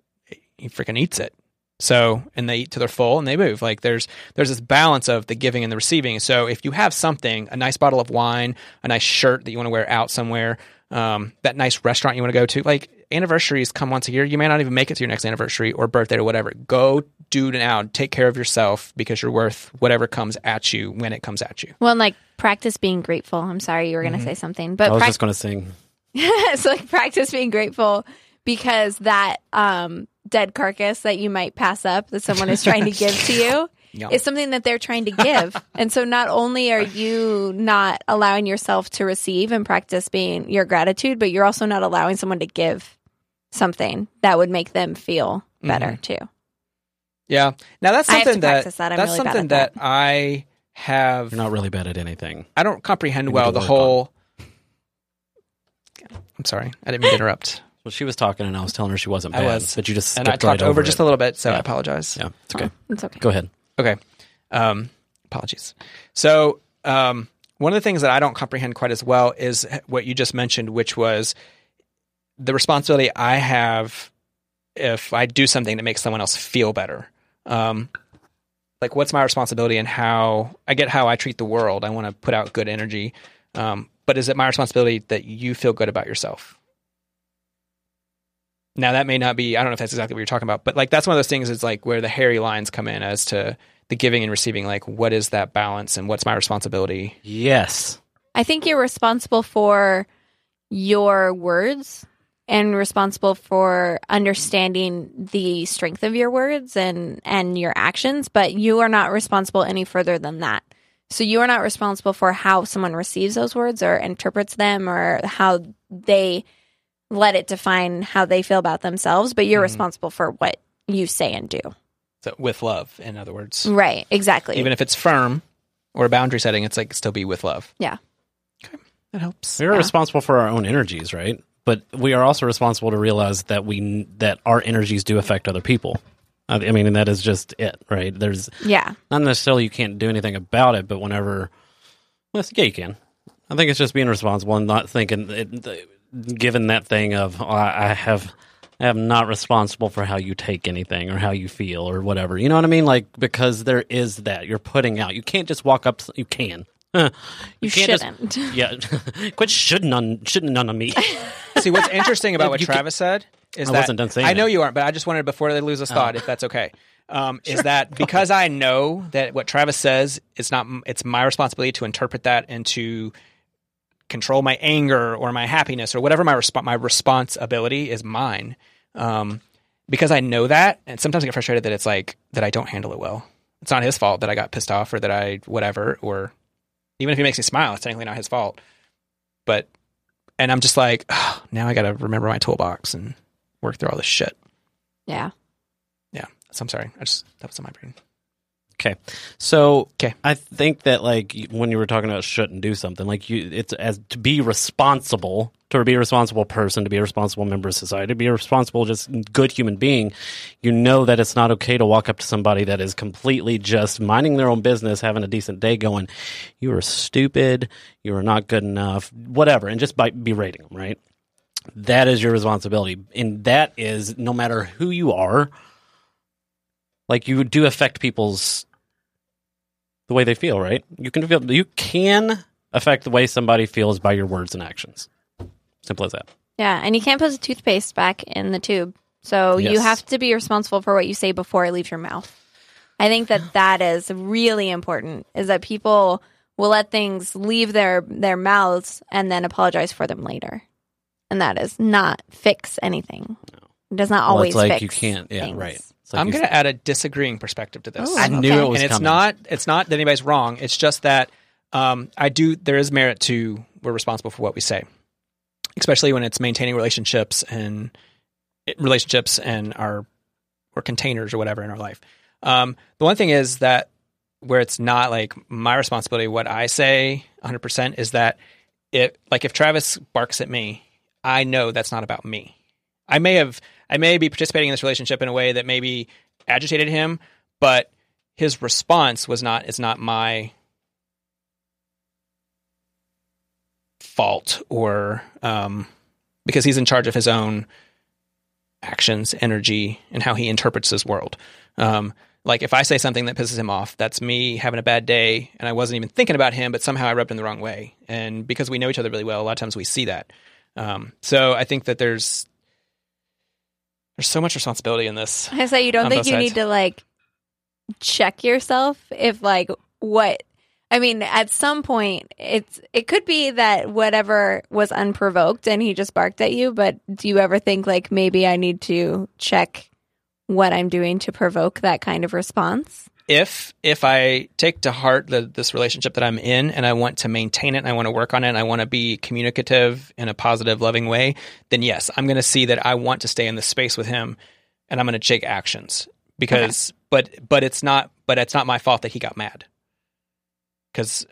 Speaker 4: he freaking eats it so and they eat to their full and they move like there's there's this balance of the giving and the receiving so if you have something a nice bottle of wine a nice shirt that you want to wear out somewhere um, that nice restaurant you want to go to like anniversaries come once a year you may not even make it to your next anniversary or birthday or whatever go do it now take care of yourself because you're worth whatever comes at you when it comes at you
Speaker 5: Well, and like practice being grateful. I'm sorry you were going to say something, but
Speaker 3: I was
Speaker 5: prac-
Speaker 3: just going to sing.
Speaker 5: so like practice being grateful because that um dead carcass that you might pass up that someone is trying to give to you
Speaker 4: Yeah.
Speaker 5: is something that they're trying to give and so not only are you not allowing yourself to receive and practice being your gratitude but you're also not allowing someone to give something that would make them feel better too
Speaker 4: yeah now that's
Speaker 5: I have
Speaker 4: something
Speaker 5: to
Speaker 4: that
Speaker 5: practice that. I'm
Speaker 4: that's
Speaker 5: really bad
Speaker 4: something
Speaker 5: at
Speaker 4: that. i have
Speaker 3: You're not really bad at anything.
Speaker 4: I don't comprehend
Speaker 3: need
Speaker 4: well
Speaker 3: to
Speaker 4: the
Speaker 3: work
Speaker 4: whole. I'm sorry, I didn't mean to interrupt,
Speaker 3: Well, she was talking, and I was telling her she wasn't
Speaker 4: I
Speaker 3: bad,
Speaker 4: was.
Speaker 3: but you just
Speaker 4: and I
Speaker 3: skipped right
Speaker 4: talked over,
Speaker 3: it.
Speaker 4: just a Uh-huh. little bit, so I
Speaker 3: Yeah.
Speaker 4: apologize.
Speaker 3: Yeah, it's okay.
Speaker 5: it's okay
Speaker 3: Go ahead.
Speaker 4: Okay, um, apologies. So um, one of the things that I don't comprehend quite as well is what you just mentioned, which was the responsibility I have if I do something to make someone else feel better. Um, like, what's my responsibility and how I get how I treat the world? I want to put out good energy. Um, but is it my responsibility that you feel good about yourself? Now, that may not be, I don't know if that's exactly what you're talking about, but like, that's one of those things is like where the hairy lines come in as to the giving and receiving. Like, what is that balance and what's my responsibility?
Speaker 3: Yes.
Speaker 5: I think you're responsible for your words and responsible for understanding the strength of your words and and your actions, but you are not responsible any further than that. So you are not responsible for how someone receives those words or interprets them or how they
Speaker 4: Mm-hmm.
Speaker 5: let it define how they feel about themselves, but you're responsible for what you say and do.
Speaker 4: So with love, in other words,
Speaker 5: Mm, Right. Exactly.
Speaker 4: even if it's firm or boundary setting, it's like still be with love.
Speaker 5: yeah.
Speaker 4: That helps.
Speaker 3: We're responsible for our own energies, right? But we are also responsible to realize that we that our energies do affect other people. I I mean, and that is just it, right? There's
Speaker 5: Yeah.
Speaker 3: not necessarily you can't do anything about it, but whenever, well, yeah, you can. I think it's just being responsible and not thinking, it, th- given that thing of oh, I I have, I am not responsible for how you take anything or how you feel or whatever. You know what I mean? Like because there is that you're putting out. You can't just walk up. to- You can. you
Speaker 5: You
Speaker 3: can't just-
Speaker 5: shouldn't.
Speaker 3: yeah, quit shouldn't on shouldn't on me.
Speaker 4: See, what's interesting about what
Speaker 3: You
Speaker 4: Travis said is
Speaker 3: I
Speaker 4: that
Speaker 3: wasn't done saying
Speaker 4: I know
Speaker 3: that. Oh.
Speaker 4: you aren't, but I just wanted before they lose this thought, if that's okay, um, is that because I know that what Travis says, it's not, it's my responsibility to interpret that and to control my anger or my happiness or whatever my resp- my responsibility is mine. Um, because I know that, and sometimes I get frustrated that it's like that I don't handle it well. It's not his fault that I got pissed off or that I whatever or even if he makes me smile, it's technically not his fault. But and I'm just like, "Ugh, now I got to remember my toolbox and work through all this shit.
Speaker 5: Yeah.
Speaker 4: Yeah, so I'm sorry. I just that was on my brain.
Speaker 3: Okay. So
Speaker 4: 'Kay.
Speaker 3: I think that like y- when you were talking about shouldn't do something, like you it's as to be responsible, to be a responsible person, to be a responsible member of society, to be a responsible just good human being, you know that it's not okay to walk up to somebody that is completely just minding their own business, having a decent day going, you are stupid, you are not good enough, whatever, and just by berating them, right? That is your responsibility. And that is no matter who you are, like you do affect people's the way they feel, right? You can feel you can affect the way somebody feels by your words and actions. Simple as that.
Speaker 5: Yeah. And you can't put the toothpaste back in the tube. So you
Speaker 3: Yes.
Speaker 5: have to be responsible for what you say before it leaves your mouth. I think that that is really important is that people will let things leave their their mouths and then apologize for them later. And that is not fix anything. It does not always
Speaker 3: well, it's like
Speaker 5: fix
Speaker 3: you can't. Yeah,
Speaker 5: things.
Speaker 3: right. It's like
Speaker 4: I'm
Speaker 3: you-
Speaker 4: going to add a disagreeing perspective to this.
Speaker 5: Ooh.
Speaker 3: Oh, I knew
Speaker 5: Okay.
Speaker 3: it was
Speaker 4: and it's
Speaker 3: coming.
Speaker 4: not it's not that anybody's wrong. It's just that um, I do there is merit to we're responsible for what we say, especially when it's maintaining relationships and it- relationships and our or containers or whatever in our life. Um, the one thing is that where it's not like my responsibility, what I say 100 percent is that it like if Travis barks at me, I know that's not about me. I may have I may be participating in this relationship in a way that maybe agitated him, but his response was not it's not my fault or um because he's in charge of his own actions, energy, and how he interprets his world. Um like if I say something that pisses him off, that's me having a bad day and I wasn't even thinking about him, but somehow I rubbed him the wrong way. And because we know each other really well, a lot of times we see that. Um so I think that there's there's so much responsibility in this.
Speaker 5: I say you don't
Speaker 4: on
Speaker 5: think
Speaker 4: both
Speaker 5: you
Speaker 4: sides.
Speaker 5: need to like check yourself if like what I mean at some point it's it could be that whatever was unprovoked and he just barked at you but do you ever think like maybe I need to check what I'm doing to provoke that kind of response?
Speaker 4: if if I take to heart the, this relationship that I'm in and I want to maintain it and I want to work on it and I want to be communicative in a positive, loving way, then yes, I'm going to see that I want to stay in this space with him and I'm going to take actions because but but it's not but it's not my fault that he got mad because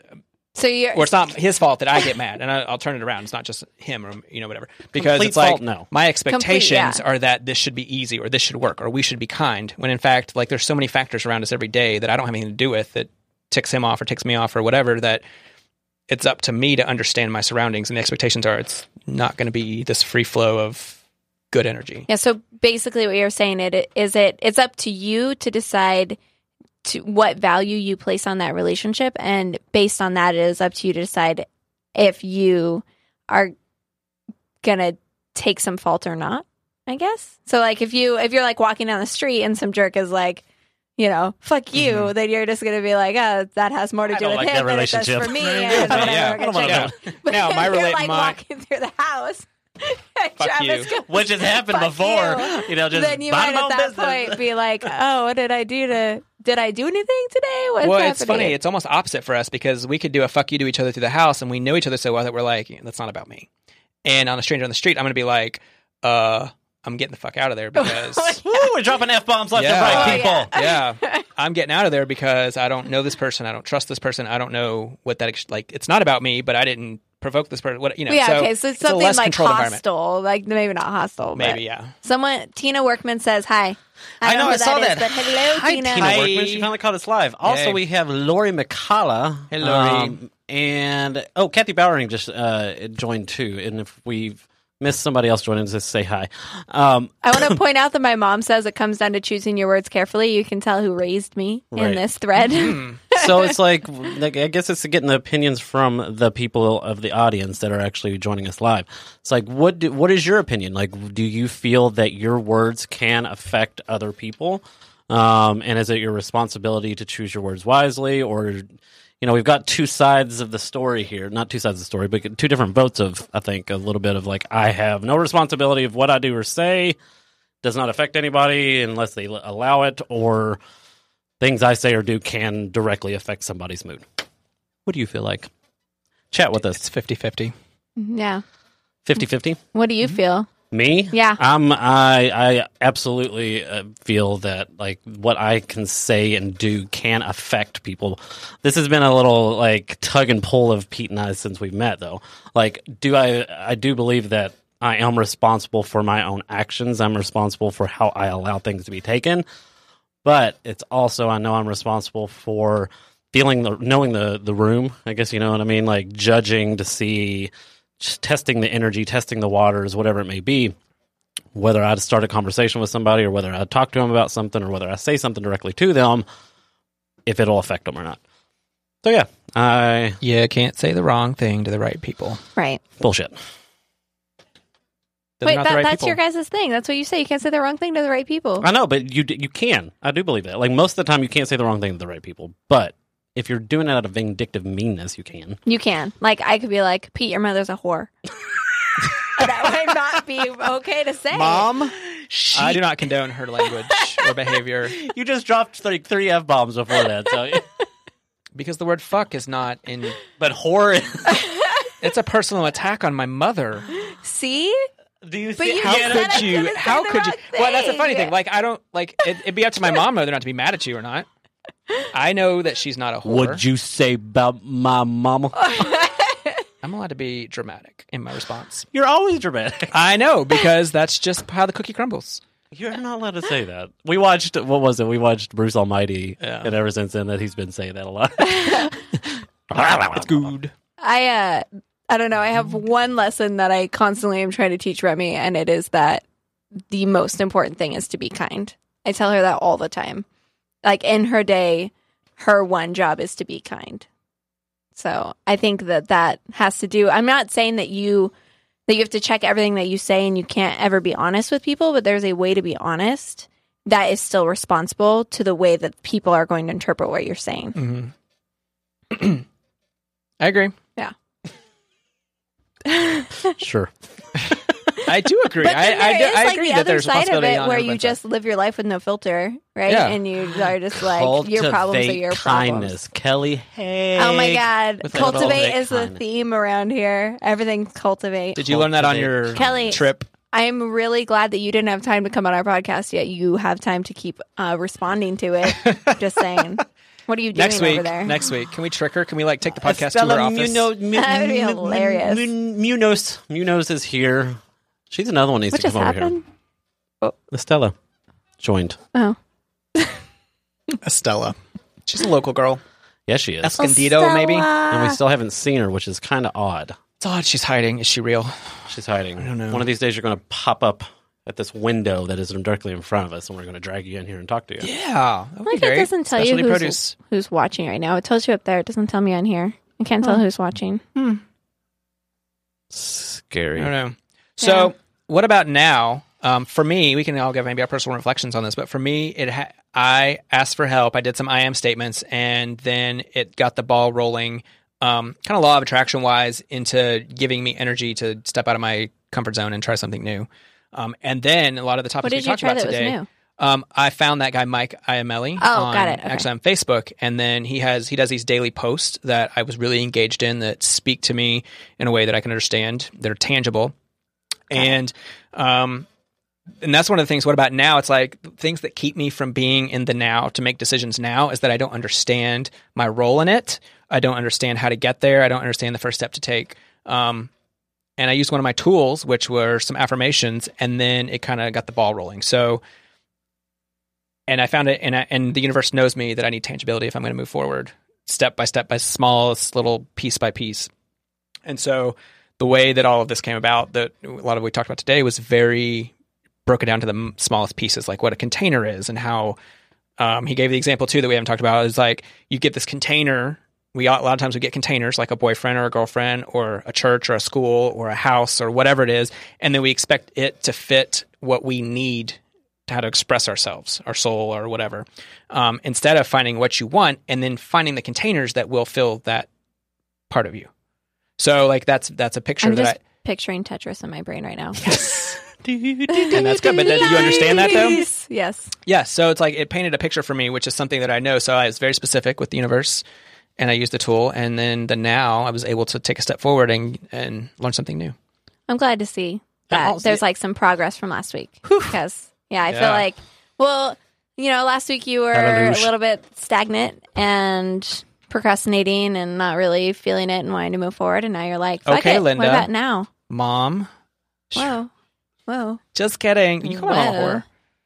Speaker 5: So you're
Speaker 4: or it's not his fault that I get mad, and I, I'll turn it around. It's not just him, or you know, whatever. Because
Speaker 3: Complete
Speaker 4: it's like
Speaker 3: fault, no.
Speaker 4: my expectations
Speaker 5: yeah.
Speaker 4: are that this should be easy, or this should work, or we should be kind. When in fact, like there's so many factors around us every day that I don't have anything to do with that ticks him off or ticks me off or whatever. That it's up to me to understand my surroundings, and the expectations are it's not going to be this free flow of good energy.
Speaker 5: Yeah, so basically what you're saying it is it it's up to you to decide to what value you place on that relationship and based on that it is up to you to decide if you are going to take some fault or not, I guess. So like if you if you're like walking down the street and some jerk is like you know, fuck you. Then you're just gonna be like, oh, that has more to
Speaker 3: Mm-hmm. I
Speaker 5: do
Speaker 3: don't
Speaker 5: with
Speaker 3: like that
Speaker 5: him than it
Speaker 3: relationship.
Speaker 5: does for me.
Speaker 3: Yeah,
Speaker 5: And whatever,
Speaker 4: yeah.
Speaker 5: we're gonna
Speaker 3: I don't wanna
Speaker 5: check
Speaker 3: know.
Speaker 5: it. But
Speaker 4: Now,
Speaker 5: if
Speaker 4: my
Speaker 5: you're
Speaker 4: relate-
Speaker 5: like
Speaker 4: my-
Speaker 5: walking through the house. and
Speaker 4: Fuck
Speaker 5: Travis
Speaker 4: you.
Speaker 5: goes,
Speaker 3: which has happened
Speaker 5: Fuck
Speaker 3: before.
Speaker 5: you.
Speaker 3: You, know, just
Speaker 5: then you might
Speaker 3: mind
Speaker 5: at
Speaker 3: my
Speaker 5: that
Speaker 3: own business.
Speaker 5: point be like, "Oh, what did I do to? Did I do anything today? What's
Speaker 4: well,
Speaker 5: happening?"
Speaker 4: it's funny. It's almost opposite for us because we could do a fuck you to each other through the house, and we know each other so well that we're like, that's not about me. And on a stranger on the street, I'm going to be like, uh, I'm getting the fuck out of there because
Speaker 3: Woo, we're dropping f bombs left
Speaker 4: Yeah.
Speaker 3: and right,
Speaker 5: Oh,
Speaker 3: people.
Speaker 5: yeah.
Speaker 4: yeah, I'm getting out of there because I don't know this person, I don't trust this person, I don't know what that ex- like. It's not about me, but I didn't provoke this person. What you know?
Speaker 5: yeah,
Speaker 4: so
Speaker 5: okay. So it's,
Speaker 4: a
Speaker 5: something
Speaker 4: less
Speaker 5: like
Speaker 4: controlled environment.
Speaker 5: hostile, like maybe not hostile, but
Speaker 4: Maybe yeah.
Speaker 5: Someone Tina Workman says hi.
Speaker 3: I know,
Speaker 5: who
Speaker 3: I saw
Speaker 5: is,
Speaker 3: that.
Speaker 5: but hello,
Speaker 3: Hi,
Speaker 5: Tina.
Speaker 3: Tina
Speaker 4: Hi.
Speaker 3: Workman. She finally caught us live. Also,
Speaker 4: Yay.
Speaker 3: we have Lori McCalla.
Speaker 4: Hey, Lori.
Speaker 3: and oh, Kathy Bowering just uh, joined too. And if we've missed somebody else joining, just say hi. Um,
Speaker 5: I want to point out that my mom says it comes down to choosing your words carefully. You can tell who raised me
Speaker 3: Right.
Speaker 5: in this thread.
Speaker 3: so it's like, like, I guess it's getting the opinions from the people of the audience that are actually joining us live. It's like, what do, what is your opinion? Like, do you feel that your words can affect other people? Um, and is it your responsibility to choose your words wisely, or you know, we've got two sides of the story here, not two sides of the story, but two different votes of I think a little bit of like I have no responsibility of what I do or say does not affect anybody unless they l- allow it or things I say or do can directly affect somebody's mood. What do you feel like? Chat with us.
Speaker 4: It's 50-50.
Speaker 5: yeah.
Speaker 3: 50-50.
Speaker 5: What do you feel?
Speaker 3: Me?
Speaker 5: Yeah.
Speaker 3: Um, I I absolutely uh, feel that like what I can say and do can affect people. This has been a little like tug and pull of Pete and I since we've met, though. Like, do I I do believe that I am responsible for my own actions. I'm responsible for how I allow things to be taken, but it's also I know I'm responsible for feeling the knowing the the room. I guess you know what I mean, like judging to see. Just testing the energy, testing the waters, whatever it may be whether I start a conversation with somebody or whether I talk to them about something or whether I say something directly to them, if it'll affect them or not. So yeah, I
Speaker 4: You can't say the wrong thing to the right people.
Speaker 5: Right.
Speaker 3: bullshit.
Speaker 4: They're
Speaker 5: Wait,
Speaker 4: not
Speaker 5: that,
Speaker 4: the right
Speaker 5: that's
Speaker 4: people.
Speaker 5: your guys' thing. That's what you say. You can't say the wrong thing to the right people.
Speaker 3: I know, but you d- you can. I do believe that. Like most of the time, you can't say the wrong thing to the right people. But if you're doing it out of vindictive meanness, you can.
Speaker 5: You can. Like, I could be like, Pete, your mother's a whore. that would not be okay to say.
Speaker 4: mom. I do not condone her language or behavior
Speaker 3: You just dropped like three f bombs before that. So,
Speaker 4: because the word "fuck" is not in.
Speaker 3: but horror.
Speaker 4: It's a personal attack on my mother.
Speaker 5: See?
Speaker 3: Do you
Speaker 5: But see- you
Speaker 4: How
Speaker 5: said I
Speaker 4: could
Speaker 5: was gonna
Speaker 4: you?
Speaker 5: say
Speaker 4: How
Speaker 5: the
Speaker 4: could you?
Speaker 5: wrong
Speaker 4: Well, that's the funny
Speaker 5: thing.
Speaker 4: thing. Like, I don't like. It, it'd be up to my mom whether or not to be mad at you or not. I know that she's not a whore.
Speaker 3: would you say about my mama?
Speaker 4: I'm allowed to be dramatic in my response.
Speaker 3: You're always dramatic.
Speaker 4: I know because that's just how the cookie crumbles.
Speaker 3: You're not allowed to say that. We watched what was it? We watched Bruce Almighty,
Speaker 4: Yeah.
Speaker 3: and ever since then, that he's been saying that a lot.
Speaker 4: It's good.
Speaker 5: I uh I don't know. I have one lesson that I constantly am trying to teach Remy, and it is that the most important thing is to be kind. I tell her that all the time. Like in her day, her one job is to be kind. So I think that that has to do. I'm not saying that you that you have to check everything that you say and you can't ever be honest with people, but there's a way to be honest that is still responsible to the way that people are going to interpret what you're saying.
Speaker 4: hmm I agree.
Speaker 3: sure.
Speaker 4: I do agree.
Speaker 5: But
Speaker 4: I,
Speaker 5: then
Speaker 4: I, do,
Speaker 5: there is,
Speaker 4: I
Speaker 5: like
Speaker 4: agree
Speaker 5: the
Speaker 4: that
Speaker 5: other
Speaker 4: there's
Speaker 5: side of
Speaker 4: responsibility
Speaker 5: it
Speaker 4: on
Speaker 5: where you
Speaker 4: everybody's
Speaker 5: just live your life with no filter, right?
Speaker 4: Yeah.
Speaker 5: And you are just like your problems are your problems.
Speaker 3: kindness, Kelly. Hey.
Speaker 5: Oh my god,
Speaker 3: With
Speaker 5: cultivate,
Speaker 3: cultivate
Speaker 5: is the
Speaker 3: kindness.
Speaker 5: theme around here. Everything cultivate.
Speaker 4: Did you learn that on your
Speaker 5: Kelly.
Speaker 4: trip?
Speaker 5: I'm really glad that you didn't have time to come on our podcast yet. You have time to keep uh, responding to it. just saying. What are you doing
Speaker 4: Next week.
Speaker 5: over there?
Speaker 4: Next week. Can we trick her? Can we like take the podcast to her
Speaker 3: Estella
Speaker 4: office?
Speaker 3: Muno- Mu-
Speaker 5: That would be
Speaker 3: Mu-
Speaker 5: hilarious.
Speaker 3: Mu- Munoz, Munoz is here. She's another one that needs
Speaker 5: what
Speaker 3: to
Speaker 5: just
Speaker 3: come over
Speaker 5: happened?
Speaker 3: here. Estella joined.
Speaker 5: Oh.
Speaker 4: Estella. She's a local girl.
Speaker 3: Yes, she is,
Speaker 4: Escondido, maybe.
Speaker 3: and we still haven't seen her, which is kind of odd.
Speaker 4: It's odd she's hiding. Is she real?
Speaker 3: She's hiding.
Speaker 4: don't know.
Speaker 3: One of these days, you're going to pop up at this window that is directly in front of us, and we're going to drag you in here and talk to you.
Speaker 4: Yeah. That would
Speaker 5: Like it doesn't tell you
Speaker 4: Specialty
Speaker 5: who's,
Speaker 4: produce.
Speaker 5: who's watching right now. It tells you up there. It doesn't tell me on here. I can't tell who's watching.
Speaker 4: I
Speaker 3: Scary.
Speaker 4: don't know. So, what about now? Um, for me, we can all give maybe our personal reflections on this, but for me, it ha- I asked for help. I did some I am statements, and then it got the ball rolling, um, kind of law of attraction wise, into giving me energy to step out of my comfort zone and try something new. Um, and then a lot of the topics
Speaker 5: What
Speaker 4: we
Speaker 5: did you
Speaker 4: talked
Speaker 5: try
Speaker 4: about
Speaker 5: that was
Speaker 4: today.
Speaker 5: new?
Speaker 4: Um, I found that guy Mike Iamelli.
Speaker 5: Oh,
Speaker 4: on-
Speaker 5: got it. Okay.
Speaker 4: Actually, on Facebook, and then he has he does these daily posts that I was really engaged in that speak to me in a way that I can understand. They're tangible, and um, and that's one of the things what about now it's like things that keep me from being in the now to make decisions now is that i don't understand my role in it i don't understand how to get there i don't understand the first step to take um, and i used one of my tools which were some affirmations and then it kind of got the ball rolling so and i found it and, I, and the universe knows me that i need tangibility if i'm going to move forward step by step by smallest little piece by piece and so the way that all of this came about that a lot of what we talked about today was very broken down to the m- smallest pieces, like what a container is and how um, he gave the example too that we haven't talked about is like you get this container. We a lot of times we get containers like a boyfriend or a girlfriend or a church or a school or a house or whatever it is, and then we expect it to fit what we need to how to express ourselves, our soul or whatever. Um, instead of finding what you want and then finding the containers that will fill that part of you. So like that's that's a picture
Speaker 5: I'm
Speaker 4: that
Speaker 5: just
Speaker 4: I,
Speaker 5: picturing Tetris in my brain right now.
Speaker 4: and that's good. But then, do you understand that though?
Speaker 5: Yes. Yes.
Speaker 4: Yeah, so it's like it painted a picture for me, which is something that I know. So I was very specific with the universe, and I used the tool, and then the now I was able to take a step forward and and learn something new.
Speaker 5: I'm glad to see
Speaker 4: I'm
Speaker 5: that
Speaker 4: also-
Speaker 5: there's like some progress from last week because yeah, I
Speaker 4: Yeah.
Speaker 5: feel like well, you know, last week you were
Speaker 3: Hallelujah.
Speaker 5: a little bit stagnant and procrastinating and not really feeling it and wanting to move forward, and now you're like, Fuck
Speaker 4: Okay,
Speaker 5: it.
Speaker 4: Linda.
Speaker 5: what about now?
Speaker 4: Mom,
Speaker 5: Whoa, whoa,
Speaker 4: just kidding. You call my mom a
Speaker 5: Well.
Speaker 4: whore.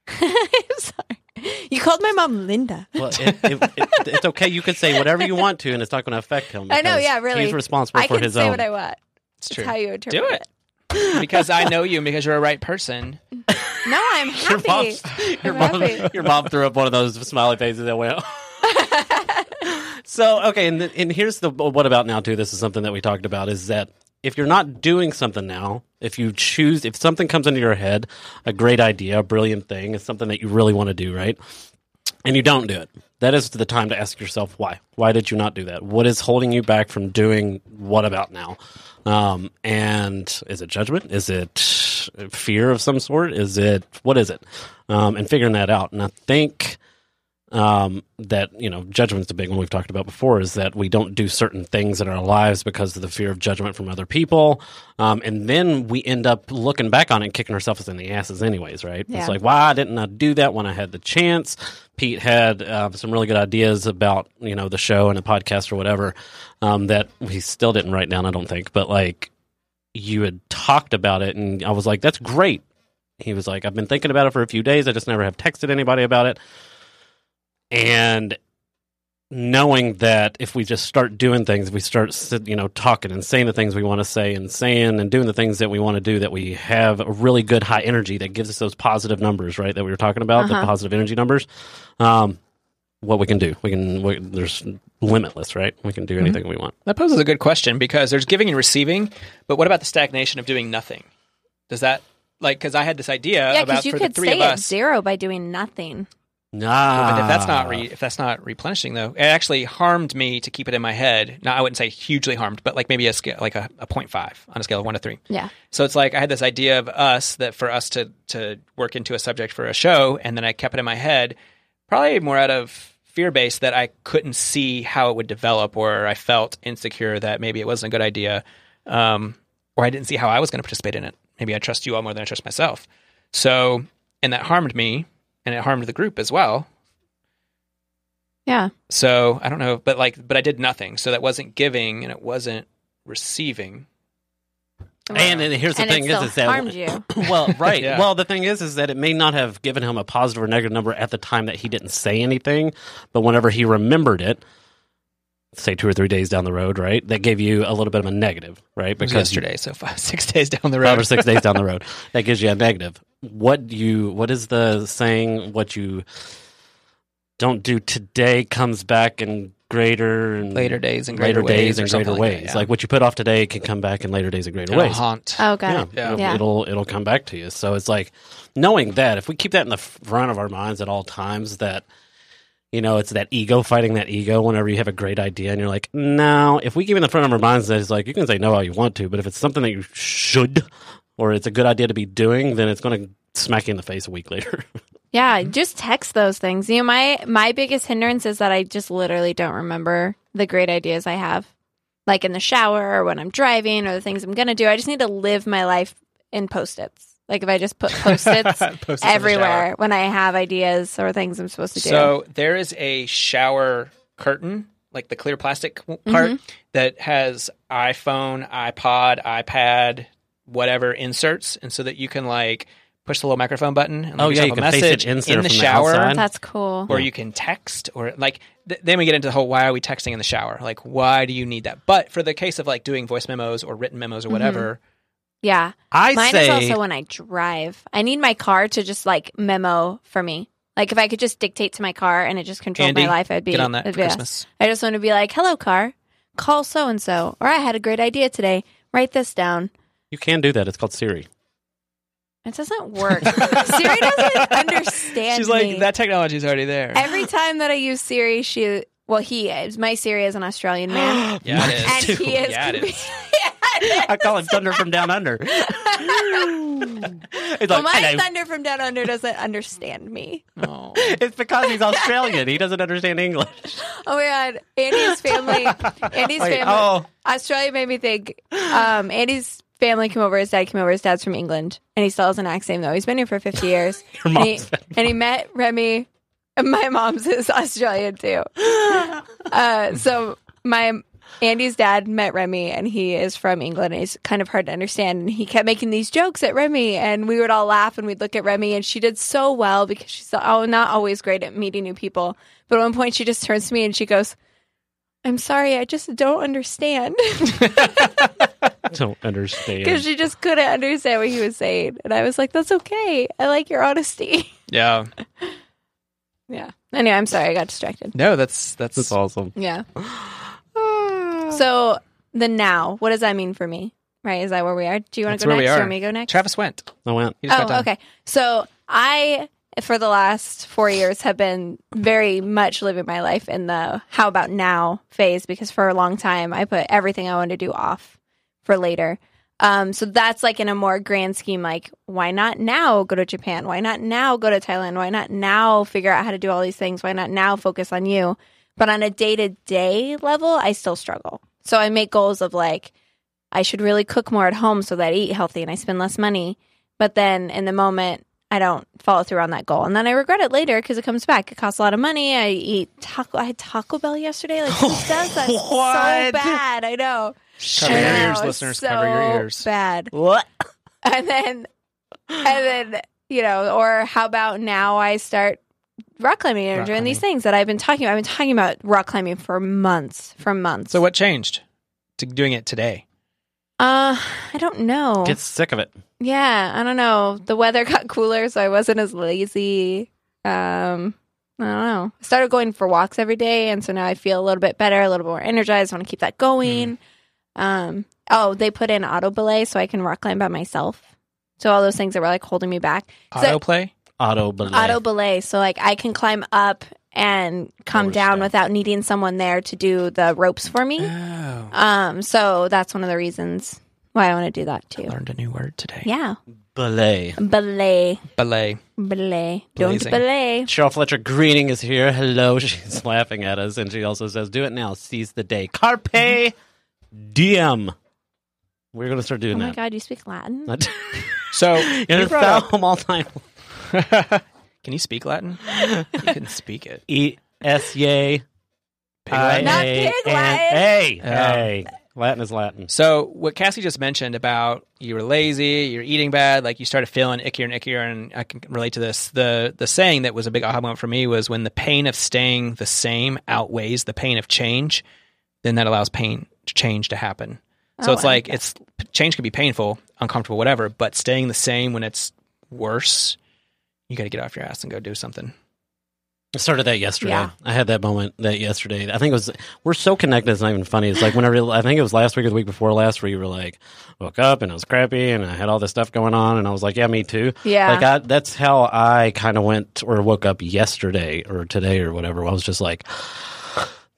Speaker 5: I'm sorry. You called my mom Linda.
Speaker 3: Well, it, it, it, it's okay. You can say whatever you want to, and it's not going to affect him.
Speaker 5: I know,
Speaker 3: because
Speaker 5: yeah, really.
Speaker 3: He's responsible
Speaker 5: I
Speaker 3: for
Speaker 5: can
Speaker 3: his
Speaker 5: say
Speaker 3: own.
Speaker 5: what I want.
Speaker 4: It's
Speaker 5: That's
Speaker 4: true.
Speaker 5: how you interpret
Speaker 4: it. because I know you, and because you're a right person.
Speaker 5: No, I'm
Speaker 3: your mom,
Speaker 5: happy.
Speaker 3: your,
Speaker 5: I'm
Speaker 3: mom,
Speaker 5: happy.
Speaker 3: your mom threw up one of those smiley faces that went. so okay, and and here's the what about now too. This is something that we talked about is that if you're not doing something now, if you choose, if something comes into your head, a great idea, a brilliant thing, it's something that you really want to do, right? and you don't do it, that is the time to ask yourself why. Why did you not do that? What is holding you back from doing what about now? Um, and is it judgment? Is it fear of some sort? Is it what is it? Um, and figuring that out. And I think um, that you know judgment's the big one we've talked about before is that we don't do certain things in our lives because of the fear of judgment from other people um, and then we end up looking back on it and kicking ourselves in the asses anyways right
Speaker 5: Yeah.
Speaker 3: it's like why didn't i do that when i had the chance pete had uh, some really good ideas about you know the show and the podcast or whatever um, that we still didn't write down i don't think but like you had talked about it and i was like that's great he was like i've been thinking about it for a few days i just never have texted anybody about it and knowing that if we just start doing things, we start si- you know talking and saying the things we want to say and saying and doing the things that we want to do, that we have a really good high energy that gives us those positive numbers, right? That we were talking about the
Speaker 5: Uh-huh.
Speaker 3: positive energy numbers. Um, what we can do, we can. We, there's limitless, right? We can do
Speaker 5: Mm-hmm.
Speaker 3: anything we want.
Speaker 4: That poses a good question because there's giving and receiving, but what about the stagnation of doing nothing? Does that like because I had this idea
Speaker 5: Yeah,
Speaker 4: about
Speaker 5: because you
Speaker 4: for
Speaker 5: could
Speaker 4: the three
Speaker 5: stay
Speaker 4: of
Speaker 5: at
Speaker 4: us.
Speaker 5: zero by doing nothing.
Speaker 3: Nah,
Speaker 4: But if that's
Speaker 3: Ah.
Speaker 4: not re- if that's not replenishing though, it actually harmed me to keep it in my head. Now I wouldn't say hugely harmed, but like maybe a scale like a, a 0.5 on a scale of one to three.
Speaker 5: Yeah.
Speaker 4: So it's like I had this idea of us that for us to to work into a subject for a show, and then I kept it in my head, probably more out of fear based that I couldn't see how it would develop, or I felt insecure that maybe it wasn't a good idea, um, or I didn't see how I was going to participate in it. Maybe I trust you all more than I trust myself. So and that harmed me, and it harmed the group as well.
Speaker 5: Yeah.
Speaker 4: So I don't know, but like, but I did nothing. So that wasn't giving, and it wasn't receiving.
Speaker 3: And, and here's the
Speaker 5: and
Speaker 3: thing
Speaker 5: it
Speaker 3: is,
Speaker 5: still
Speaker 3: is that
Speaker 5: harmed you.
Speaker 3: well, right.
Speaker 4: Yeah.
Speaker 3: Well, the thing is, is that it may not have given him a positive or negative number at the time that he didn't say anything, but whenever he remembered it, say two or three days down the road, right, that gave you a little bit of a negative, right?
Speaker 4: Because yesterday, so five, six days down the road.
Speaker 3: five or six days down the road, that gives you a negative. What you, what is the saying? What you don't do today comes back in greater and
Speaker 4: later days and greater
Speaker 3: later days
Speaker 4: ways
Speaker 3: and
Speaker 4: or
Speaker 3: greater
Speaker 4: something
Speaker 3: ways.
Speaker 4: Like, that, yeah.
Speaker 3: like what you put off today can come back in later days and greater
Speaker 4: It'll
Speaker 3: ways.
Speaker 4: haunt.
Speaker 5: Oh, got it.
Speaker 4: Yeah.
Speaker 3: It'll,
Speaker 5: Yeah.
Speaker 3: it'll it'll come back to you. So it's like knowing that if we keep that in the front of our minds at all times, that you know it's that ego fighting that ego. Whenever you have a great idea and you're like, no, if we keep it in the front of our minds, that it's like you can say no all you want to, but if it's something that you should or it's a good idea to be doing, then it's going to smack you in the face a week later.
Speaker 5: Yeah, just text those things. You know, my my biggest hindrance is that I just literally don't remember the great ideas I have, like in the shower or when I'm driving or the things I'm gonna do. I just need to live my life in post its. Like if I just put post-its
Speaker 4: Post-its in the shower.
Speaker 5: everywhere when I have ideas or things I'm supposed to do.
Speaker 4: So there is a shower curtain, like the clear plastic w- part that has iPhone, iPod, iPad, whatever inserts, and so that you can like push the little microphone button and like,
Speaker 3: Oh,
Speaker 4: you
Speaker 3: yeah,
Speaker 4: have
Speaker 3: you
Speaker 4: a
Speaker 3: can face it
Speaker 4: message
Speaker 3: in there
Speaker 4: in the
Speaker 3: from the
Speaker 4: shower,
Speaker 3: outside.
Speaker 5: That's cool.
Speaker 4: or you can text, or like th- then we get into the whole why are we texting in the shower? Like why do you need that? But for the case of like doing voice memos or written
Speaker 5: Mm-hmm.
Speaker 4: memos or whatever,
Speaker 5: Yeah.
Speaker 3: I
Speaker 5: Mine
Speaker 3: say
Speaker 5: is also when I drive. I need my car to just like memo for me. Like if I could just dictate to my car and it just controlled
Speaker 4: Andy,
Speaker 5: my life, I'd be
Speaker 4: get on that for
Speaker 5: it'd be awesome.
Speaker 4: Christmas.
Speaker 5: I just want to be like, "Hello, car. Call so and so." Or I had a great idea today. Write this down.
Speaker 3: you can do that. It's called Siri.
Speaker 5: It doesn't work. Siri doesn't understand.
Speaker 4: She's like
Speaker 5: me.
Speaker 4: that technology's already there.
Speaker 5: Every time that I use Siri, she well, he is. My Siri is an Australian man,
Speaker 4: yeah, it
Speaker 5: and
Speaker 4: is.
Speaker 5: he is.
Speaker 4: Yeah, it is.
Speaker 3: I call it thunder from down under. it's
Speaker 5: well, my
Speaker 3: "Hello."
Speaker 5: thunder from down under doesn't understand me.
Speaker 4: Oh.
Speaker 3: It's because he's Australian. He doesn't understand English.
Speaker 5: Oh my god, Andy's family. Andy's
Speaker 3: Wait,
Speaker 5: family.
Speaker 3: oh.
Speaker 5: Australia made me think. Um, Andy's family came over. His dad came over. His dad's from England, and he still has an accent though. He's been here for fifty years.
Speaker 3: Your
Speaker 5: and, he,
Speaker 3: mom's
Speaker 5: and he met Remy. And my mom's is Australian too. Uh, so my Andy's dad met Remy, and he is from England. And he's kind of hard to understand, and he kept making these jokes at Remy, and we would all laugh, and we'd look at Remy, and she did so well because she's oh not always great at meeting new people. But at one point, she just turns to me and she goes. I'm sorry, I just don't understand.
Speaker 3: Don't understand.
Speaker 5: because she just couldn't understand what he was saying. And I was like, that's okay. I like your honesty.
Speaker 4: yeah.
Speaker 5: Yeah. Anyway, I'm sorry. I got distracted.
Speaker 4: No, that's that's,
Speaker 3: That's awesome.
Speaker 5: Yeah. so the now, what does that mean for me? Right? Is that where we are? Do you want
Speaker 4: That's
Speaker 5: to go
Speaker 4: where we
Speaker 5: next? Do you
Speaker 4: are.
Speaker 5: want me to go next?
Speaker 4: Travis went.
Speaker 3: I went.
Speaker 4: He just got
Speaker 5: Oh,
Speaker 4: done.
Speaker 5: okay. So I, for the last four years, have been very much living my life in the how about now phase because for a long time I put everything I wanted to do off for later. Um, so that's like in a more grand scheme, like why not now go to Japan? Why not now go to Thailand? Why not now figure out how to do all these things? Why not now focus on you? But on a day to day level, I still struggle. So I make goals of like, I should really cook more at home so that I eat healthy and I spend less money. But then in the moment, I don't follow through on that goal, and then I regret it later because it comes back. It costs a lot of money. I eat taco. I had Taco Bell yesterday. Like who does that? So
Speaker 3: What?
Speaker 5: bad. I know.
Speaker 4: Cover
Speaker 5: I
Speaker 4: your
Speaker 5: know,
Speaker 4: ears,
Speaker 5: it's
Speaker 4: listeners.
Speaker 5: so
Speaker 4: cover your ears.
Speaker 5: Bad.
Speaker 3: What?
Speaker 5: And then, and then you know, or how about now? I start rock climbing and
Speaker 4: Rock
Speaker 5: doing these
Speaker 4: climbing.
Speaker 5: things that I've been talking about. I've been talking about rock climbing for months, for months.
Speaker 4: So what changed to doing it today?
Speaker 5: Uh, I don't know.
Speaker 3: Get sick of it.
Speaker 5: Yeah, I don't know. The weather got cooler, so I wasn't as lazy. Um, I don't know. I started going for walks every day, and so now I feel a little bit better, a little more energized. want to keep that
Speaker 3: Mm.
Speaker 5: going. Um, oh, they put in auto belay so I can rock climb by myself. So all those things that were like holding me back. So-
Speaker 4: Autoplay?
Speaker 3: Auto belay.
Speaker 5: auto belay so like i can climb up and come
Speaker 3: Lower
Speaker 5: down
Speaker 3: step.
Speaker 5: without needing someone there to do the ropes for me
Speaker 4: Oh.
Speaker 5: um so that's one of the reasons why i want to do that too
Speaker 4: Learned a new word today.
Speaker 5: yeah
Speaker 3: belay.
Speaker 5: belay
Speaker 4: Belay.
Speaker 5: belay don't
Speaker 4: Blazing.
Speaker 5: belay
Speaker 3: Cheryl Fletcher Greening is here. Hello. She's laughing at us, and she also says, "Do it now. Seize the day. Carpe diem." We're gonna start
Speaker 5: oh
Speaker 3: doing
Speaker 5: my
Speaker 3: that.
Speaker 5: god you speak latin
Speaker 4: So
Speaker 3: It's
Speaker 4: brought up-
Speaker 3: Psalm all time.
Speaker 4: can you speak Latin? you can speak it. Uh,
Speaker 3: E S Y.
Speaker 4: Latin.
Speaker 5: Not pig Latin.
Speaker 3: Hey,
Speaker 4: Yeah.
Speaker 3: hey. Latin is Latin.
Speaker 4: So what Cassie just mentioned about you were lazy, you're eating bad, like you started feeling ickier and ickier, and I can relate to this. The the saying that was a big aha moment for me was when the pain of staying the same outweighs the pain of change, then that allows pain change to happen. So
Speaker 5: Oh,
Speaker 4: it's
Speaker 5: I
Speaker 4: like it's change can be painful, uncomfortable, whatever, but staying the same when it's worse, you got to get off your ass and go do something.
Speaker 3: I started that yesterday.
Speaker 5: Yeah.
Speaker 3: I had that moment that yesterday. I think it was we're so connected. It's not even funny. It's like when I real I think it was last week or the week before last where you were like woke up and it was crappy and I had all this stuff going on and I was like yeah me too.
Speaker 5: Yeah.
Speaker 3: Like I, that's how I kind of went or woke up yesterday or today or whatever. I was just like.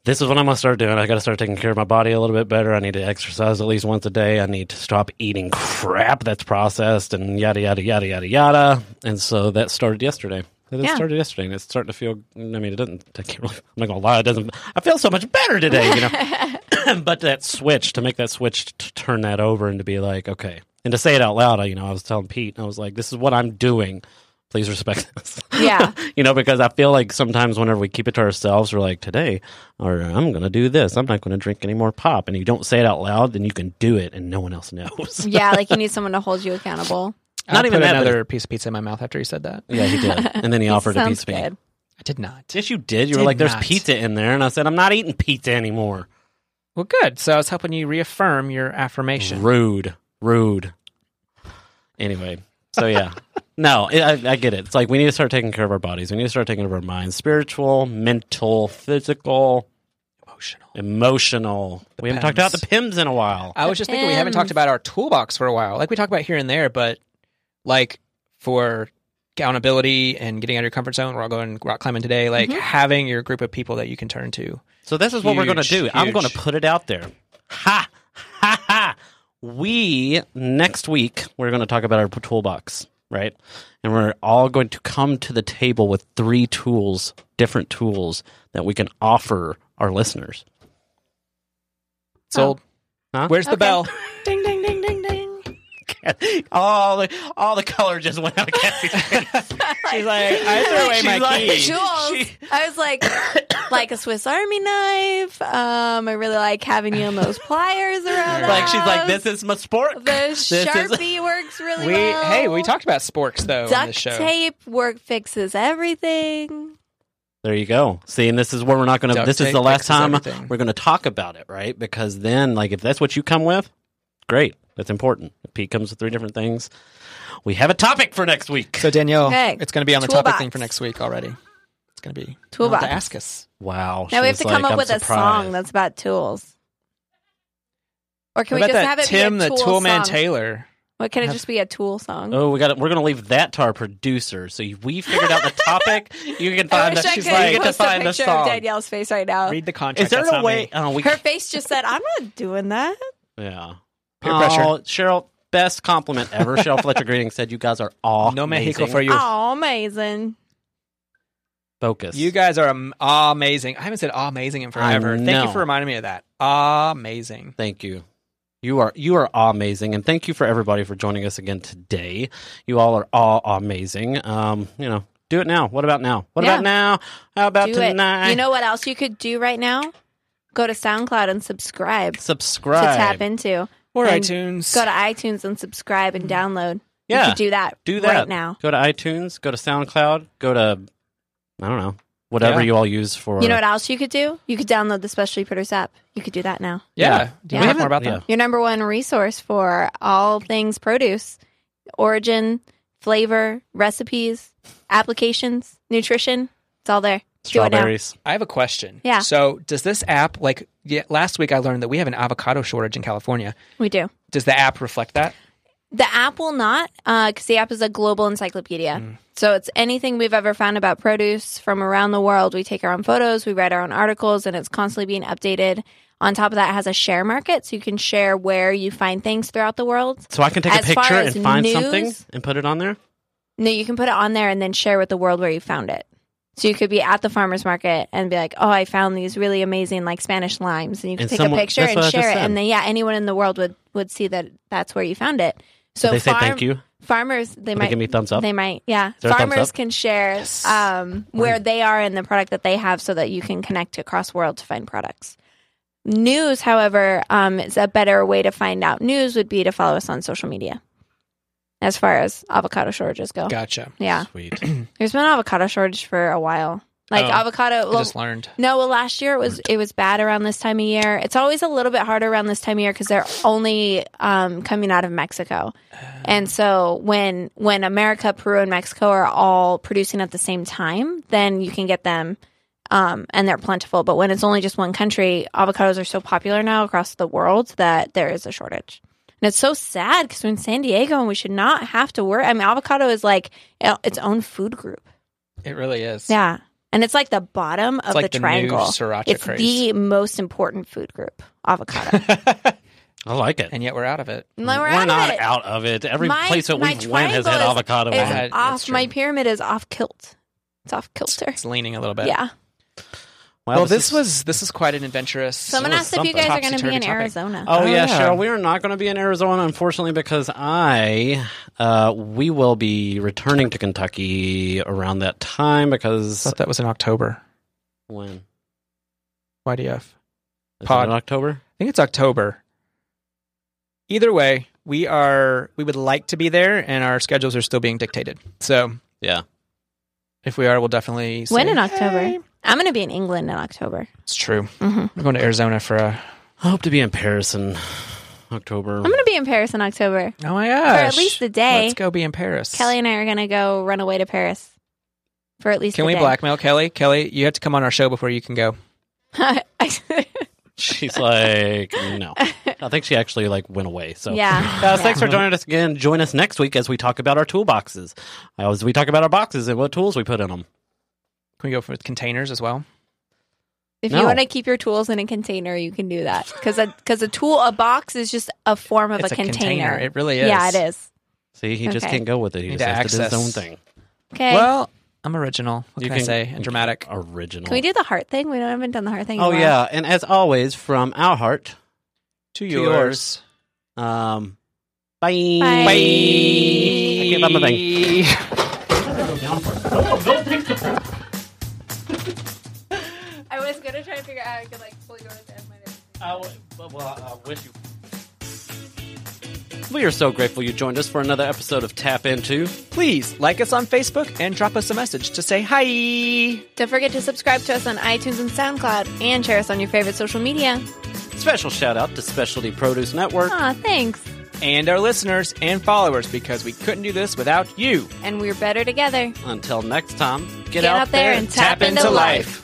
Speaker 3: This is what I'm gonna start doing. I gotta start taking care of my body a little bit better. I need to exercise at least once a day. I need to stop eating crap that's processed and yada yada yada yada yada. And so that started yesterday. It
Speaker 5: Yeah.
Speaker 3: started yesterday, and it's starting to feel. I mean, it doesn't. I can't really, I'm not gonna lie. It doesn't. I feel so much better today, you know. but that switch to make that switch to turn that over and to be like, okay, and to say it out loud, I, you know, I was telling Pete, and I was like, "This is what I'm doing. Please respect this."
Speaker 5: Yeah.
Speaker 3: you know, because I feel like sometimes whenever we keep it to ourselves, we're like, "Today, or I'm going to do this. I'm not going to drink any more pop." And you don't say it out loud, then you can do it, and no one else knows.
Speaker 5: yeah, like you need someone to hold you accountable.
Speaker 3: Not
Speaker 4: I
Speaker 3: even
Speaker 4: put
Speaker 3: that, but-
Speaker 4: another piece of pizza in my mouth after he said that.
Speaker 3: yeah, he did, and then he offered a
Speaker 5: Sounds
Speaker 3: piece of me.
Speaker 5: good.
Speaker 4: I did not.
Speaker 3: Yes, you did. You were
Speaker 4: Did
Speaker 3: like, "There's
Speaker 4: not.
Speaker 3: pizza in there," and I said, "I'm not eating pizza anymore."
Speaker 4: Well, good. So I was helping you reaffirm your affirmation.
Speaker 3: Rude, rude. Anyway, so yeah, no, I, I- I get it. It's like we need to start taking care of our bodies. We need to start taking care of our minds, spiritual, mental, physical,
Speaker 4: Emotional.
Speaker 3: emotional. we haven't talked
Speaker 4: PIMS.
Speaker 3: about the pims in a while.
Speaker 4: I was just thinking we haven't talked
Speaker 5: Depends.
Speaker 4: about our toolbox for a while. Like we talk about here and there, but like for accountability and getting out of your comfort zone, we're all going rock climbing today. Like
Speaker 5: Mm-hmm.
Speaker 4: having your group of people that you can turn to.
Speaker 3: So this is what we're going to
Speaker 4: Huge,
Speaker 3: do. I'm
Speaker 4: huge.
Speaker 3: going to put it out there. Ha ha ha. We next week we're going to talk about our toolbox, right? And we're all going to come to the table with three tools, different tools that we can offer our listeners.
Speaker 4: So
Speaker 3: Huh?
Speaker 4: where's the
Speaker 5: Oh. Okay.
Speaker 4: bell?
Speaker 5: Ding ding ding ding ding.
Speaker 3: all the all the color just went out of Cassie's face.
Speaker 4: She's like, I threw away
Speaker 3: She's
Speaker 4: my
Speaker 3: like-
Speaker 4: key.
Speaker 3: She-
Speaker 5: Jules, I was like, like a Swiss Army knife. Um, I really like having you on those pliers around. the
Speaker 3: like she's like,
Speaker 5: house.
Speaker 3: this is my sport.
Speaker 5: The sharpie works really
Speaker 4: we
Speaker 5: well.
Speaker 4: hey, we talked about sporks though on
Speaker 5: duct
Speaker 4: the show.
Speaker 5: tape work fixes everything.
Speaker 3: There you go. See, and this is where we're not going to.
Speaker 4: Duct
Speaker 3: This is
Speaker 4: tape
Speaker 3: the last
Speaker 4: fixes
Speaker 3: time
Speaker 4: everything.
Speaker 3: we're going to talk about it, right? Because then, like, if that's what you come with, great. That's important. If Pete comes with three different things, we have a topic for next week.
Speaker 4: So Danielle,
Speaker 5: Okay.
Speaker 4: it's going to be on the topic
Speaker 5: Toolbox.
Speaker 4: thing for next week already. It's going to be you'll have
Speaker 5: Toolbox.
Speaker 4: to ask us.
Speaker 3: Wow.
Speaker 5: Now we have
Speaker 3: she's
Speaker 5: to
Speaker 3: like,
Speaker 5: come up
Speaker 3: I'm
Speaker 5: with a song
Speaker 3: surprised.
Speaker 5: that's about tools. Or can
Speaker 4: What
Speaker 5: we just
Speaker 4: about that
Speaker 5: have it
Speaker 4: Tim
Speaker 5: be a
Speaker 4: the
Speaker 5: tool
Speaker 4: Toolman
Speaker 5: song?
Speaker 4: Taylor?
Speaker 5: What can it just be a tool song?
Speaker 3: Oh, we got. We're going to leave that to our producer. So if we figured out the topic. You can
Speaker 5: I
Speaker 3: find
Speaker 5: wish
Speaker 3: that
Speaker 5: I
Speaker 3: she's
Speaker 5: could
Speaker 3: like you get to
Speaker 5: post a
Speaker 3: find the
Speaker 5: picture of
Speaker 3: song.
Speaker 5: Danielle's face right now.
Speaker 4: Read the contract.
Speaker 3: Is there
Speaker 4: that's
Speaker 3: no
Speaker 4: not
Speaker 3: way?
Speaker 4: me.
Speaker 3: Oh, we
Speaker 5: Her face just said, "I'm not doing that."
Speaker 3: Yeah.
Speaker 4: Peer pressure.
Speaker 3: Oh, Cheryl, best compliment ever. Cheryl Fletcher Greeting said you guys are all
Speaker 4: No Mexico
Speaker 3: amazing.
Speaker 4: for you.
Speaker 5: Oh, amazing!
Speaker 3: Focus.
Speaker 4: You guys are am- amazing. I haven't said amazing in forever. Thank
Speaker 3: know.
Speaker 4: you for reminding me of that. Amazing.
Speaker 3: Thank you. You are you are amazing, and thank you for everybody for joining us again today. You all are all amazing. Um, you know, do it now. What about now? What
Speaker 5: Yeah.
Speaker 3: about now? How about
Speaker 5: Do
Speaker 3: tonight?
Speaker 5: it. You know what else you could do right now? Go to SoundCloud and subscribe to
Speaker 3: subscribe.
Speaker 5: tap into.
Speaker 4: Or
Speaker 5: And
Speaker 4: iTunes.
Speaker 5: Go to iTunes and subscribe and download.
Speaker 3: Yeah,
Speaker 5: you could do that.
Speaker 3: Do that
Speaker 5: right now.
Speaker 3: Go to iTunes. Go to SoundCloud. Go to I don't know whatever
Speaker 4: Yeah.
Speaker 3: you all use for.
Speaker 5: You know what else you could do? You could download the Specially Produced app. You could do that now.
Speaker 4: yeah.
Speaker 3: Yeah.
Speaker 4: Do you
Speaker 5: Yeah.
Speaker 4: want to talk more about
Speaker 3: Yeah.
Speaker 4: that?
Speaker 5: Your number one resource for all things produce, origin, flavor, recipes, applications, nutrition. It's all there. Do it now.
Speaker 3: strawberries.
Speaker 4: I have a question.
Speaker 5: Yeah.
Speaker 4: So does this app like yeah, last week I learned that we have an avocado shortage in California.
Speaker 5: We do.
Speaker 4: Does the app reflect that?
Speaker 5: The app will not, because the app is a global encyclopedia. So it's anything we've ever found about produce from around the world. We take our own photos, we write our own articles, and it's constantly being updated. On top of that, it has a share market, so you can share where you find things throughout the world.
Speaker 3: So I can take a
Speaker 5: As far
Speaker 3: picture
Speaker 5: as
Speaker 3: and find
Speaker 5: news-
Speaker 3: something and put it on there.
Speaker 5: No, you can put it on there and then share with the world where you found it. So you could be at the farmer's market and be like, "Oh, I found these really amazing like Spanish limes," and you could
Speaker 3: And
Speaker 5: take
Speaker 3: someone-
Speaker 5: a picture
Speaker 3: that's
Speaker 5: and
Speaker 3: what I just
Speaker 5: share it,
Speaker 3: said.
Speaker 5: and then yeah, anyone in the world would would see that that's where you found it. So
Speaker 3: they say
Speaker 5: farm-
Speaker 3: thank you.
Speaker 5: Farmers, they
Speaker 3: Will
Speaker 5: might
Speaker 3: they give me thumbs up.
Speaker 5: They might, yeah.
Speaker 3: there a thumbs
Speaker 5: Farmers
Speaker 3: up?
Speaker 5: can share um, where they are in the product that they have, so that you can connect across world to find products. News, however, um, is a better way to find out news would be to follow us on social media. As far as avocado shortages go,
Speaker 4: Gotcha.
Speaker 5: yeah,
Speaker 3: Sweet.
Speaker 5: there's been avocado shortage for a while. Like
Speaker 4: Oh,
Speaker 5: avocado,
Speaker 4: I
Speaker 5: well,
Speaker 4: just learned.
Speaker 5: no, well, last year it was it was bad around this time of year. It's always a little bit harder around this time of year because they're only um, coming out of Mexico, and so when when America, Peru, and Mexico are all producing at the same time, then you can get them, um, and they're plentiful. But when it's only just one country, avocados are so popular now across the world that there is a shortage. And it's so sad because we're in San Diego and we should not have to worry. I mean, avocado is like its own food group.
Speaker 4: It really is.
Speaker 5: Yeah. And it's like the bottom of
Speaker 4: like
Speaker 5: the
Speaker 4: the new
Speaker 5: triangle.
Speaker 4: sriracha
Speaker 5: it's
Speaker 4: craze.
Speaker 5: the most important food group, avocado.
Speaker 3: I like it.
Speaker 4: And yet we're out of it.
Speaker 5: And then we're,
Speaker 3: we're
Speaker 5: out of
Speaker 3: not
Speaker 5: it.
Speaker 3: out of it. Every
Speaker 5: My-
Speaker 3: place that
Speaker 5: my
Speaker 3: we've went has
Speaker 5: triangle
Speaker 3: had
Speaker 5: is-
Speaker 3: avocado
Speaker 5: It's
Speaker 3: in
Speaker 4: Yeah,
Speaker 3: it.
Speaker 4: that's
Speaker 5: off. My
Speaker 4: true.
Speaker 5: pyramid is off kilt. It's off kilter.
Speaker 4: It's leaning a little bit.
Speaker 5: Yeah.
Speaker 3: Wow,
Speaker 4: Well, this, was this is quite an adventurous.
Speaker 5: Someone
Speaker 3: was
Speaker 5: asked if you guys are going to be in
Speaker 4: topsy-turvy topic.
Speaker 5: Arizona.
Speaker 3: Oh, yeah,
Speaker 4: yeah.
Speaker 3: Cheryl, we are not going to be in Arizona, unfortunately, because I uh, we will be returning to Kentucky around that time
Speaker 4: I
Speaker 3: because
Speaker 4: thought that was in October.
Speaker 3: when is
Speaker 4: YDF.
Speaker 3: it
Speaker 4: Pod.
Speaker 3: in October?
Speaker 4: I think it's October. Either way, we are we would like to be there, and our schedules are still being dictated. So
Speaker 3: Yeah,
Speaker 4: if we are, we'll definitely. Say,
Speaker 5: when in October?
Speaker 4: "Hey."
Speaker 5: I'm going to be in England in October.
Speaker 4: It's true.
Speaker 5: hmm
Speaker 4: We're going to Arizona for a.
Speaker 3: I hope to be in Paris in October.
Speaker 5: I'm going to be in Paris in October
Speaker 4: Oh my
Speaker 5: for
Speaker 4: gosh!
Speaker 5: at least the day.
Speaker 4: Let's go be in Paris.
Speaker 5: Kelly and I are going to go run away to Paris for at least.
Speaker 4: can
Speaker 5: the
Speaker 4: we
Speaker 5: day.
Speaker 4: blackmail Kelly? Kelly, you have to come on our show before you can go.
Speaker 3: She's like, no. I think she actually like went away. So
Speaker 5: Yeah.
Speaker 3: Guys, thanks for joining us again. Join us next week as we talk about our toolboxes. Uh, As we talk about our boxes and what tools we put in them.
Speaker 4: Can we go for containers as well?
Speaker 5: If
Speaker 3: No.
Speaker 5: you want to keep your tools in a container, you can do that because a because a tool a box is just a form of
Speaker 4: it's
Speaker 5: a container.
Speaker 4: It really is.
Speaker 5: Yeah, it is.
Speaker 3: See, he just
Speaker 5: Okay.
Speaker 3: can't go with it. He
Speaker 4: Need
Speaker 3: just
Speaker 4: to
Speaker 3: has to do his
Speaker 4: access.
Speaker 3: own thing.
Speaker 5: Okay.
Speaker 4: Well, I'm original. What
Speaker 3: You
Speaker 4: can, I
Speaker 3: can-
Speaker 4: say? And dramatic.
Speaker 3: Original.
Speaker 5: can we do the heart thing? We don't haven't done the heart thing. in a
Speaker 3: Oh
Speaker 5: while.
Speaker 3: yeah, and as always, from our heart.
Speaker 4: To
Speaker 3: yours. Um, bye.
Speaker 5: Bye.
Speaker 3: I can't find my thing.
Speaker 5: I was gonna try to figure out how I could like pull yours and mine.
Speaker 3: We are so grateful you joined us for another episode of Tap Into.
Speaker 4: Please like us on Facebook and drop us a message to say hi.
Speaker 5: Don't forget to subscribe to us on iTunes and SoundCloud, and share us on your favorite social media.
Speaker 3: Special shout out to Specialty Produce Network.
Speaker 5: Aw, thanks.
Speaker 4: And our listeners and followers, because we couldn't do this without you.
Speaker 5: And we're better together.
Speaker 3: Until next time,
Speaker 5: Get out there and tap into life.